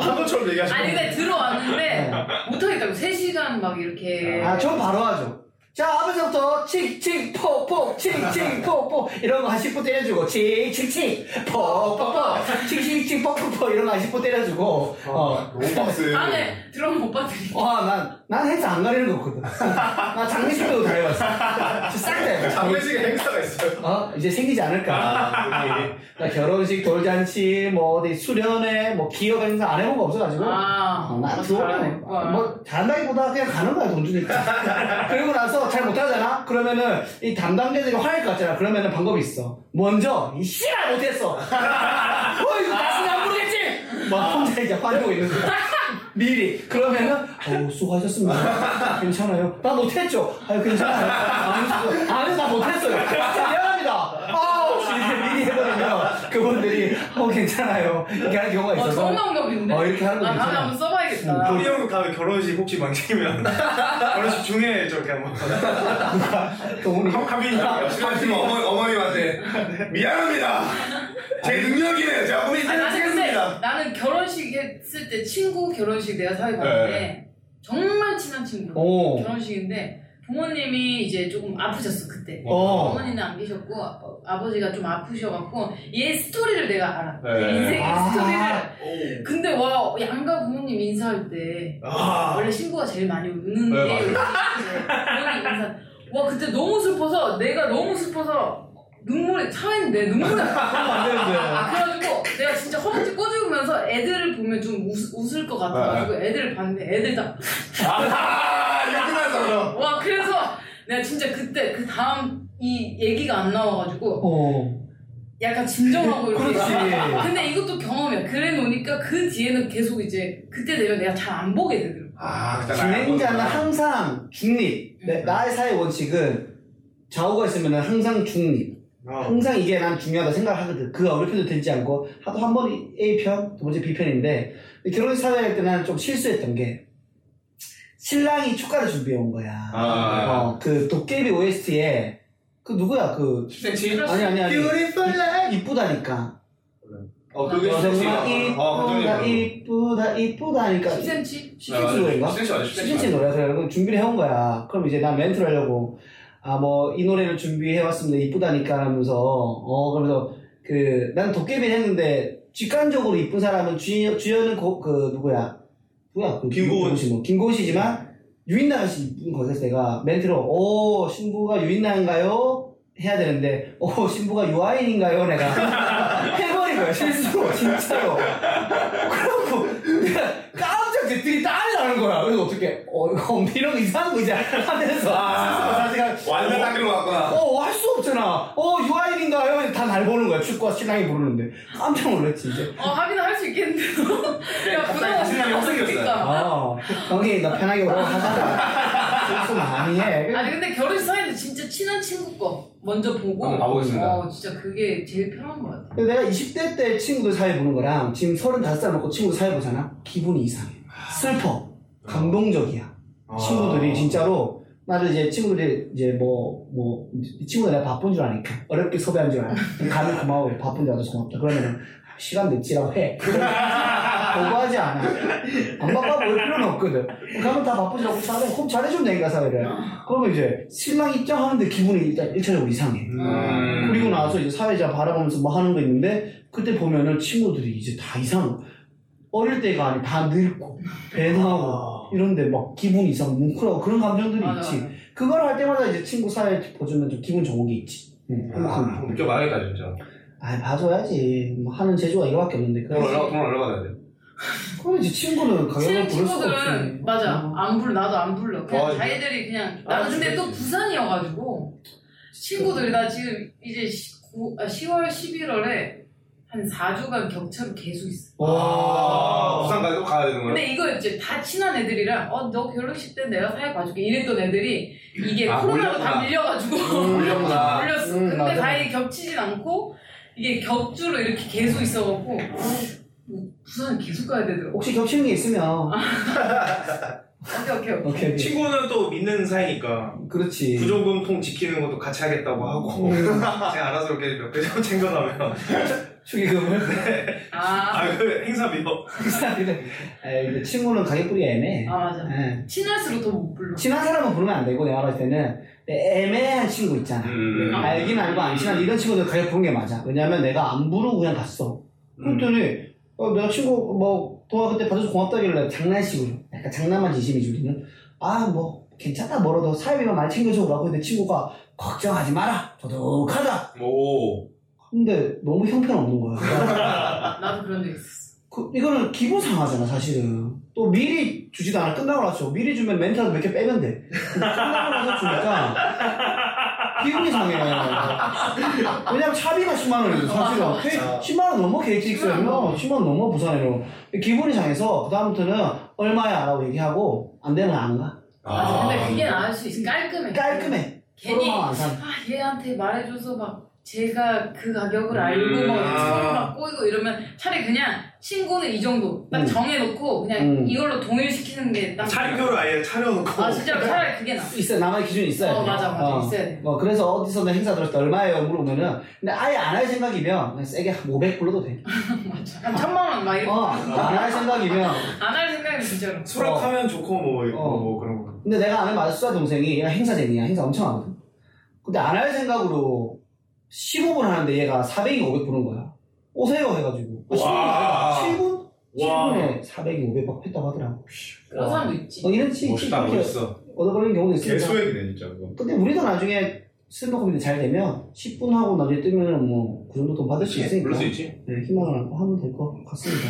Speaker 8: 한 번처럼 얘기하시는
Speaker 3: 아니 근데
Speaker 8: 네.
Speaker 3: 들어왔는데 못하겠다고 3시간 막 이렇게
Speaker 1: 아, 전 바로 하죠. 자, 앞에서부터 때부터 칙칙 폭폭 칙칙 폭폭 이런 거 한 10분 때려주고 칙칙칙 폭폭폭 칙칙칙 폭폭폭 이런 거 한 10분 때려주고 어.
Speaker 8: 너무 빡세.
Speaker 3: 안에 드럼 오빠들이
Speaker 1: 와, 난, 난 행사 안 가리는 거 없거든. 나 장례식 때도 다 해봤어. 싹 다 해봤어.
Speaker 7: 아,
Speaker 8: 장례식에 행사가 있어요.
Speaker 1: 어? 이제 생기지
Speaker 8: 아,
Speaker 1: 않을까. 나 결혼식, 돌잔치, 뭐 어디 수련회, 뭐 기업 행사 안 해본 거 없어가지고.
Speaker 3: 아
Speaker 1: 어, 나
Speaker 3: 잘하네.
Speaker 1: 들어오면
Speaker 3: 와.
Speaker 1: 뭐 잘한다기보다 그냥 가는 거야 돈 주니까 그리고 나서 잘 못하잖아 그러면은 이 담당자들이 화낼 것 같잖아 그러면은 방법이 있어 먼저 이 씨발 못했어 어
Speaker 3: 아,
Speaker 1: 이거 다시는 안 부르겠지 막 혼자 이제 화내고 있는 거야 미리 그러면은 어우 수고하셨습니다 괜찮아요 나 못했죠 아유 괜찮아요 아니 나 못했어요 진짜 미안합니다 아우 이렇게 미리 해버리면 그분들이 어 괜찮아요 이렇게 하는 경우가
Speaker 3: 어,
Speaker 1: 있어서
Speaker 3: 처음 나온 거 보는데.
Speaker 1: 어, 이렇게 하는 거
Speaker 3: 아, 다음에
Speaker 1: 괜찮아.
Speaker 3: 한번 써봐야겠다.
Speaker 9: 우리 형 다음에 결혼식 혹시 망치면 결혼식 중에 저렇게 한번
Speaker 1: 동훈이
Speaker 9: 카빈이랑
Speaker 8: 지금 아, 뭐 어머, 어머님한테 미안합니다. 제 능력이에요. 제가 고민
Speaker 3: 아니, 나는 근데
Speaker 8: 해드리겠습니다.
Speaker 3: 나는 결혼식 했을 때 친구 결혼식 내가 사회 봤는데 정말 친한 친구
Speaker 1: 네. 오.
Speaker 3: 결혼식인데 부모님이 이제 조금 아프셨어 그때
Speaker 1: 어.
Speaker 3: 어머니는 안 계셨고 아버- 아버지가 좀 아프셔갖고 얘 스토리를 내가 알아
Speaker 8: 네.
Speaker 3: 인생의
Speaker 1: 아.
Speaker 3: 스토리를 근데 와 양가 부모님 인사할 때
Speaker 8: 아.
Speaker 3: 원래 신부가 제일 많이 우는
Speaker 8: 네,
Speaker 3: 게
Speaker 8: 맞아요.
Speaker 3: 우리 부모님 인사 와 그때 너무 슬퍼서 내가 너무 슬퍼서 눈물이 차있는데 눈물이
Speaker 1: 안 되는데
Speaker 3: 아 그래가지고 내가 진짜 허벅지 꼬집으면서 애들을 보면 좀 웃, 웃을 것
Speaker 8: 네.
Speaker 3: 같아가지고 애들을 봤는데 애들
Speaker 8: 아, 이거 끝났어, 그럼.
Speaker 3: 다 와 그래서 내가 진짜 그때 그 다음 이 얘기가 안 나와가지고
Speaker 1: 어
Speaker 3: 약간 진정하고 이렇게
Speaker 1: 그렇지
Speaker 3: 근데 이것도 경험이야 그래 놓으니까 그 뒤에는 계속 이제 그때 되면 내가 잘 안 보게 되더라고
Speaker 8: 아, 그다음에
Speaker 1: 진행자는
Speaker 8: 알고
Speaker 1: 항상 중립 내-
Speaker 3: 음.
Speaker 1: 나의 사회 원칙은 좌우가 있으면 항상 중립
Speaker 8: 아.
Speaker 1: 항상 이게 난 중요하다 생각하거든 그 어느 편도 들지 않고 하도 한 번이 A편 두 번째 B편인데 결혼 사회 할때 나는 좀 실수했던 게 신랑이 축가를 준비해 온 거야
Speaker 8: 아.
Speaker 1: 어, 그 도깨비 OST에 그 누구야 그
Speaker 8: 10cm?
Speaker 1: 아니 아니 아니
Speaker 8: Beautiful life.
Speaker 1: 이쁘다니까
Speaker 8: 어, 그게
Speaker 3: 어,
Speaker 1: 정말
Speaker 8: 10cm. 어, 그
Speaker 1: 이쁘다
Speaker 8: 정도면.
Speaker 1: 이쁘다
Speaker 8: 네.
Speaker 1: 이쁘다니까
Speaker 3: 10cm?
Speaker 1: 10cm인가?
Speaker 8: 10cm 맞아, 10cm.
Speaker 1: 10cm 노래 그래서 준비를 해온 거야. 그럼 이제 난 멘트를 하려고 아 뭐 이 노래를 준비해 왔습니다. 이쁘다니까 하면서 어 그래서 그 난 도깨비를 했는데 직관적으로 이쁜 사람은 주연 주연은 고- 그 누구야 누구야 그
Speaker 8: 김고은.
Speaker 1: 씨 뭐. 김고은 씨지만 유인나 씨 이쁜 거서 내가 멘트로 오 신부가 유인나인가요? 해야 되는데 오 신부가 유아인인가요? 내가 해버린 거야 실수로 진짜로 그러고 내가 깜짝 들이 땀이 나는 거야. 그래서 어떻게, 어, 이거 이런 거 이상한 거 이제 하면서.
Speaker 8: 아.
Speaker 1: 사실
Speaker 8: 완전 딱 그런 것 같구나.
Speaker 1: 어, 할 수 없잖아. 어, 유아인인가요? 다날 보는 거야. 축구와 신랑이 부르는데. 깜짝 놀랐지, 이제.
Speaker 3: 어 하긴 할 수 있겠는데 야
Speaker 8: 네, 갑자기 자신감이 확
Speaker 3: 부담하지
Speaker 8: 생겼어요.
Speaker 3: 그러니까.
Speaker 1: 어, 형이 나 편하게 오라고 하잖아. 실수 많이 해.
Speaker 3: 아니 근데 결혼식 사이에 진짜 친한 친구 거 먼저 보고
Speaker 8: 한번 봐보겠습니다.
Speaker 3: 어 진짜 그게 제일 편한 것 같아
Speaker 1: 근데 내가 20대 때 친구들 사이 보는 거랑 지금 35살 먹고 친구들 사이 보잖아? 기분이 이상해. 슬퍼. 감동적이야. 친구들이 진짜로 나를 이제 친구들이 이제 뭐뭐 친구들 내가 바쁜 줄 아니까 어렵게 섭외한 줄 아니까 가면 고마워 바쁜데 와서 고맙다 그러면은 시간 늦지라고 해 거부하지 않아 안 바빠 볼 필요는 없거든 가면 다 바쁘지라고 잘해 그럼 잘해주면 되니까 사회를 그러면 이제 신랑 입장하는데 기분이 일단 일차적으로 이상해
Speaker 8: 음.
Speaker 1: 그리고 나서 이제 사회자 바라보면서 뭐 하는 거 있는데 그때 보면은 친구들이 이제 다 이상 어릴 때가 아니 다 늙고 배나고 이런데 막 기분 이상 뭉클하고 그런 감정들이
Speaker 3: 맞아,
Speaker 1: 있지
Speaker 3: 맞아.
Speaker 1: 그걸 할 때마다 이제 친구 사회 보여주면 좀 기분 좋은 게 있지
Speaker 3: 음.
Speaker 1: 응, 행복한
Speaker 8: 아,
Speaker 9: 음.
Speaker 1: 거.
Speaker 8: 느껴 봐야겠다, 진짜.
Speaker 1: 아 봐줘야지 뭐 하는 재주가 이거밖에 없는데
Speaker 8: 돈
Speaker 1: 그래서
Speaker 8: 얼마, 돈 얼마 받아야 돼?
Speaker 1: 그럼 이제 친구는 가격을
Speaker 3: 친한
Speaker 1: 부를 수가 없지 어.
Speaker 3: 친구들은 맞아 안 불러 나도 안 불러 그냥
Speaker 8: 어. 아, 진짜?
Speaker 3: 자기들이 그냥
Speaker 8: 아,
Speaker 3: 나는 근데
Speaker 8: 진짜.
Speaker 3: 또 부산이어가지고 친구들이 나 지금 이제 9, 아, 10월 11월에 한 4주간 격차로 계속 있어
Speaker 8: 아, 부산 가도 가야 되는 거야?
Speaker 3: 근데 이거 이제 다 친한 애들이랑 어 너 결혼식 때 내가 사회 봐줄게 이랬던 애들이 이게
Speaker 8: 아, 음.
Speaker 3: 코로나로
Speaker 8: 몰렸구나.
Speaker 3: 다 밀려가지고 아.
Speaker 8: 몰렸구나.
Speaker 3: 몰렸어
Speaker 1: 음,
Speaker 3: 근데
Speaker 1: 맞아.
Speaker 3: 다행히 겹치진 않고 이게 격주로 이렇게 계속 있어갖고 어, 부산을 계속 가야 되더라고
Speaker 1: 혹시 겹치는 게 있으면
Speaker 3: 오케이 오케이 오케이
Speaker 1: 오케이 오케이.
Speaker 9: 친구는 또 믿는
Speaker 1: 음.
Speaker 9: 사이니까
Speaker 1: 그렇지
Speaker 9: 부조금통 지키는 것도 같이
Speaker 1: 음.
Speaker 9: 하겠다고
Speaker 3: 아,
Speaker 9: 하고 제가 알아서 이렇게 몇 개 좀 챙겨가면
Speaker 1: 축의금을
Speaker 3: 아,
Speaker 9: 아 그 행사비요
Speaker 1: 아이, 근데 친구는 가격 뿌리가 애매해
Speaker 3: 아 맞아
Speaker 1: 예.
Speaker 3: 친할수록 더 못 불러.
Speaker 1: 친한 사람은 부르면 안 되고 내가 봤을 때는 애매한 친구 있잖아. 네,
Speaker 8: 음.
Speaker 1: 알긴 알고 안 친한 이런 친구들 가격 보는 게 맞아. 왜냐면 내가 안 부르고 그냥 갔어. 그랬더니
Speaker 8: 음.
Speaker 1: 어, 내가 친구 뭐 동화 그때 받아서 고맙다길래 장난식으로 약간 장난만 진심이지 우리는 아 뭐 괜찮다 뭐라도 사회비만 많이 챙겨줘라고 했는데 친구가 걱정하지 마라 도둑하다
Speaker 8: 오.
Speaker 1: 근데 너무 형편없는 거야
Speaker 3: 나도 그런 적 있었어.
Speaker 1: 그, 이거는 기분 상하잖아 사실은 또 미리 주지도 않아 끝나고 나서 미리 주면 멘트라도 몇 개 빼면 돼 끝나고 나서 주니까 기분이 상해 왜냐면 차비가 10만 원이죠 사실은
Speaker 3: 맞아,
Speaker 1: 페이-
Speaker 5: 맞아.
Speaker 1: 10만 원 넘어 KTX면
Speaker 3: 10만 원.
Speaker 1: 10만 원 넘어 부산에는 기분이 상해서 그 다음부터는 얼마야 라고 얘기하고 안 되면 안 가
Speaker 3: 맞아. 근데 그게 나을 수 있어. 깔끔해.
Speaker 1: 음. 깔끔해
Speaker 3: 괜히
Speaker 1: 서로만 안 사.
Speaker 3: 아 얘한테 말해줘서 막 제가 그 가격을 알고 막
Speaker 1: 아.
Speaker 8: 음.
Speaker 3: 서로 막 꼬이고 이러면 차라리 그냥 친구는 이 정도 딱
Speaker 1: 음.
Speaker 3: 정해놓고 그냥
Speaker 1: 음.
Speaker 3: 이걸로 동일시키는 게딱
Speaker 8: 차림표를 아예 차려놓고.
Speaker 3: 아 진짜 차라리 그게 나.
Speaker 1: 있어 나만의 기준이 있어야 돼
Speaker 3: 어 맞아 맞아
Speaker 1: 어.
Speaker 3: 있어야 돼.
Speaker 1: 뭐 그래서 어디서나 행사 들었을 때 얼마예요 물어보면은 근데 아예 안 할 생각이면 그냥 세게 한 500 불러도 돼.
Speaker 3: 맞아. 한 천만 원막 이렇게
Speaker 1: 어 안 할 생각이면
Speaker 3: 안 할 생각이 진짜로.
Speaker 8: 수락하면 좋고 뭐, 이거
Speaker 1: 어.
Speaker 8: 뭐 그런 거.
Speaker 1: 근데 내가 아는 마술 수사 동생이 얘가 행사쟁이야 행사 엄청 하거든. 근데 안 할 생각으로 15분 하는데 얘가 400이 500 부른 거야. 오세요 해가지고 아,
Speaker 8: 와.
Speaker 1: 7분
Speaker 8: 와.
Speaker 1: 7분에 400이 500막 했다고 하더라고.
Speaker 3: 그런 사람도 있지.
Speaker 1: 어, 이런 식
Speaker 5: 멋있다
Speaker 1: 이렇게
Speaker 5: 멋있어
Speaker 1: 얻어버리는 경우도 있습니다.
Speaker 5: 개소액이네 진짜 그거
Speaker 1: 근데 우리도 나중에 스탠드 코미디 잘 되면 10분 하고 나중에 뜨면 뭐 그 정도 돈 받을
Speaker 5: 예,
Speaker 1: 수 있으니까
Speaker 8: 그럴 수 있지.
Speaker 1: 네, 희망을 안고 하면 될 것 같습니다.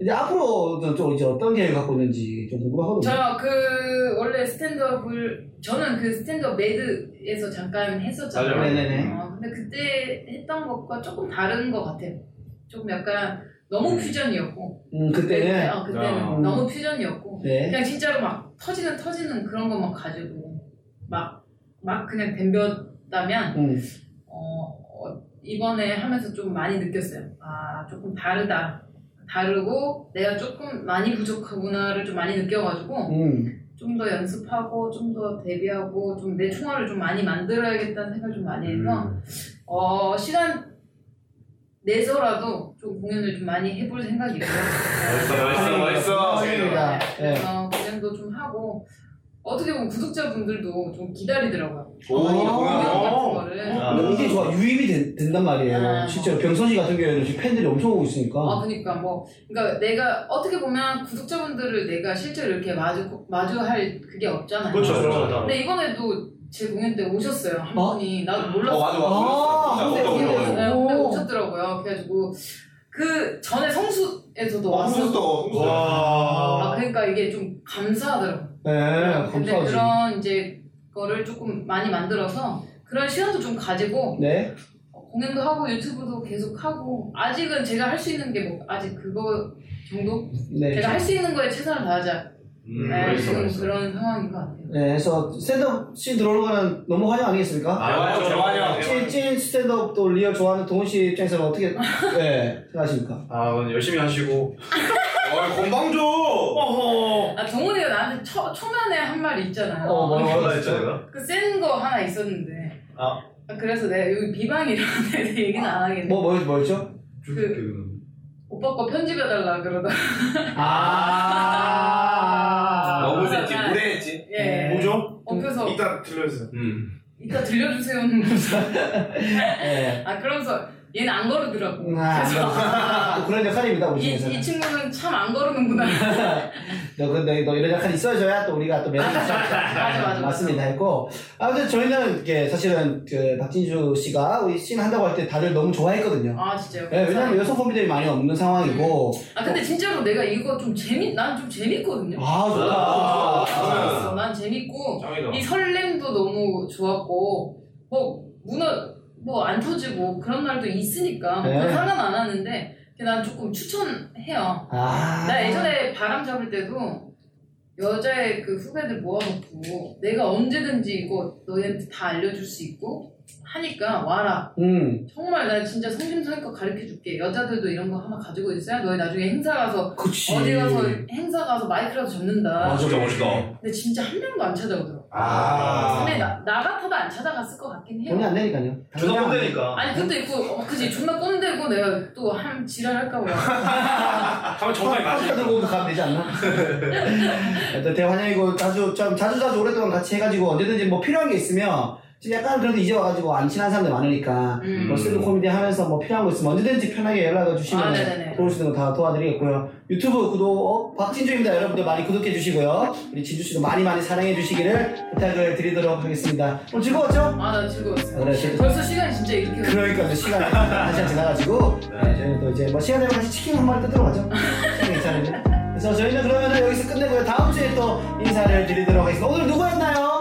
Speaker 1: 이제 앞으로 좀 이제 어떤 계획을 갖고 있는지 좀 궁금하거든요.
Speaker 3: 저 그 원래 스탠드업을 저는 그 스탠드업 매드에서 잠깐 했었잖아요.
Speaker 8: 맞아요.
Speaker 1: 네네네.
Speaker 3: 어, 근데 그때 했던 것과 조금 다른 것 같아요. 조금 약간 너무 퓨전이었고
Speaker 1: 음, 그때는
Speaker 3: 어, 그때는
Speaker 8: 아.
Speaker 3: 너무 퓨전이었고
Speaker 1: 네.
Speaker 3: 그냥 진짜로 막 터지는 터지는 그런 것만 가지고 막 막 그냥 덤볐다면
Speaker 1: 음,
Speaker 3: 어, 어, 이번에 하면서 좀 많이 느꼈어요. 아, 조금 다르다. 다르고 내가 조금 많이 부족하구나를 좀 많이 느껴가지고
Speaker 1: 음,
Speaker 3: 좀 더 연습하고 좀 더 데뷔하고 좀 내 총알을 좀 많이 만들어야겠다는 생각을 좀 많이 해서
Speaker 8: 음.
Speaker 3: 어, 시간 내서라도 좀 공연을 좀 많이 해볼 생각이에요.
Speaker 9: 아,
Speaker 8: 멋있어,
Speaker 9: 네.
Speaker 8: 멋있어, 멋있어.
Speaker 1: 맞습니다. 예.
Speaker 3: 그래서 어, 공연도 좀 하고 어떻게 보면 구독자분들도 좀 기다리더라고요.
Speaker 8: 아.
Speaker 1: 아,
Speaker 3: 공연
Speaker 1: 네.
Speaker 3: 같은
Speaker 8: 오.
Speaker 3: 거를.
Speaker 1: 근데 이게 좋아 유입이 된, 된단 말이에요.
Speaker 3: 아.
Speaker 1: 실제로 병선 씨 같은 경우에는 지금 팬들이 엄청 오고 있으니까.
Speaker 3: 아, 그니까 뭐, 그니까 내가 어떻게 보면 구독자분들을 내가 실제로 이렇게 마주 마주할 그게 없잖아요.
Speaker 8: 그렇죠, 그렇죠.
Speaker 3: 근데 이번에도 제 공연 때 오셨어요 한
Speaker 1: 어?
Speaker 3: 분이 나도
Speaker 5: 어
Speaker 3: 몰랐어.
Speaker 5: 맞아
Speaker 1: 아,
Speaker 5: 맞아
Speaker 3: 그- 근데
Speaker 1: 맞아,
Speaker 3: 공연
Speaker 1: 맞아.
Speaker 5: 맞아
Speaker 3: 오셨어요. 근데
Speaker 1: 오.
Speaker 3: 오셨더라고요. 그래가지고 그 전에 성수에서도 왔었고,
Speaker 5: 홍수도
Speaker 3: 아,
Speaker 8: 와.
Speaker 3: 그러니까 이게 좀 감사하더라고.
Speaker 1: 네,
Speaker 3: 근데
Speaker 1: 감사하지.
Speaker 3: 그런 이제 거를 조금 많이 만들어서 그런 시간도 좀 가지고
Speaker 1: 네,
Speaker 3: 공연도 하고 유튜브도 계속 하고 아직은 제가 할 수 있는 게 뭐, 아직 그거 정도?
Speaker 1: 네.
Speaker 3: 제가 할 수 있는 거에 최선을 다하자.
Speaker 8: 음,
Speaker 3: 네,
Speaker 8: 멋있어,
Speaker 3: 지금
Speaker 8: 멋있어.
Speaker 3: 그런 상황인 것 같아요.
Speaker 1: 네, 그래서 스탠드업 씬 들어오는 거는 너무 환영 아니겠습니까? 네.
Speaker 8: 대환영,
Speaker 1: 찐,
Speaker 8: 대환영.
Speaker 1: 찐 스탠드업 또 리얼 좋아하는 동훈 씨 입장에서는 어떻게 네, 생각하십니까?
Speaker 8: 아, 오늘 열심히 하시고.
Speaker 5: 어이 건방져
Speaker 8: 어허.
Speaker 3: 아, 동훈이가 나한테 초, 초면에 한 말이 있잖아요.
Speaker 1: 어, 뭐, 뭐.
Speaker 8: 뭐라 했죠, 내가?
Speaker 3: 그 센 거 하나 있었는데.
Speaker 8: 아.
Speaker 3: 그래서 내가 여기 비방이라는 데 얘기는 안 하겠네. 그
Speaker 1: 뭐, 뭐, 뭐였죠?
Speaker 3: 오빠 거 편집해달라 그러다.
Speaker 1: 아.
Speaker 5: 너무 센지 무례했지
Speaker 3: 예.
Speaker 8: 뭐죠?
Speaker 3: 엎여서
Speaker 8: 음. 이따 들려주세요.
Speaker 5: 음
Speaker 3: 이따 들려주세요.
Speaker 1: 네.
Speaker 3: 아, 그러면서 얘는 안 거르더라고.
Speaker 1: 아, 또 그런 역할입니다, 우리
Speaker 3: 이,
Speaker 1: 중에서.
Speaker 3: 이 친구는 참 안 거르는구나.
Speaker 1: 너, 그, 너, 너 이런 약간 있어줘야 또 우리가 또 매력이 있어.
Speaker 3: 맞아, 맞아.
Speaker 1: 맞습니다 했고 아무튼 저희는 이게 사실은 그 박진주 씨가 우리 씬 한다고 할 때 다들 너무 좋아했거든요.
Speaker 3: 아, 진짜요?
Speaker 1: 예, 왜냐면 여성 컴퓨들이 많이 없는 상황이고
Speaker 3: 아, 근데 진짜로 내가 이거 좀 재밌, 난 좀 재밌거든요.
Speaker 1: 아
Speaker 8: 아,
Speaker 1: 좋다.
Speaker 3: 재밌어. 난 재밌고
Speaker 8: 짱이다.
Speaker 3: 이 설렘도 너무 좋았고 뭐 문어 뭐 안 터지고 그런 날도 있으니까 뭐
Speaker 1: 네.
Speaker 3: 그건 상관 안 하는데 그냥 난 조금 추천해요.
Speaker 1: 아.
Speaker 3: 나 예전에 바람 잡을 때도 여자의 그 후배들 모아놓고 내가 언제든지 이거 너희한테 다 알려줄 수 있고 하니까 와라.
Speaker 1: 음
Speaker 3: 정말 나 진짜 성심성의껏 가르쳐줄게. 여자들도 이런 거 하나 가지고 있어야 너희 나중에 행사 가서
Speaker 1: 그치.
Speaker 3: 어디 가서 행사 가서 마이크라도 잡는다.
Speaker 1: 맞아.
Speaker 5: 멋있다 멋있다
Speaker 3: 근데 진짜 한 명도 안 찾아오더라고.
Speaker 8: 아.
Speaker 3: 근데 나, 나 같아도 안 찾아갔을 것 같긴 해요.
Speaker 1: 돈이 안 되니까요.
Speaker 8: 존나 꼰대니까.
Speaker 3: 아니 그것도 있고 어, 그지 존나 꼰대고 내가 또 한 지랄할까 봐.
Speaker 8: 가면
Speaker 1: 아,
Speaker 8: 정말 맞을
Speaker 1: 들고 오면 가면 되지 않나? 일단 대환영이고 자주 참 자주 자주 오랫동안 같이 해가지고 언제든지 뭐 필요한 게 있으면 지금 약간 그래도 이제 와가지고 안 친한 사람들 많으니까
Speaker 3: 음.
Speaker 1: 뭐 셀프 코미디 하면서 뭐 필요한 거 있으면 언제든지 편하게 연락을 주시면
Speaker 3: 아, 네네네.
Speaker 1: 도울 수 있는 거 다 도와드리겠고요. 유튜브 구독 어, 박진주입니다. 여러분들 많이 구독해 주시고요. 우리 진주 씨도 많이 많이 사랑해 주시기를 부탁을 드리도록 하겠습니다. 오늘 즐거웠죠?
Speaker 3: 아 나 즐거웠어.
Speaker 1: 그래, 즐거웠어.
Speaker 3: 벌써 시간이 진짜 이렇게.
Speaker 1: 그러니까 이제 시간이 한 시간 지나가지고 네, 저희는 또 이제 뭐 시간 되면 같이 치킨 한 마리 뜯으러 가죠 치킨 괜찮은데 그래서 저희는 그러면 여기서 끝내고요 다음 주에 또 인사를 드리도록 하겠습니다 오늘 누구였나요?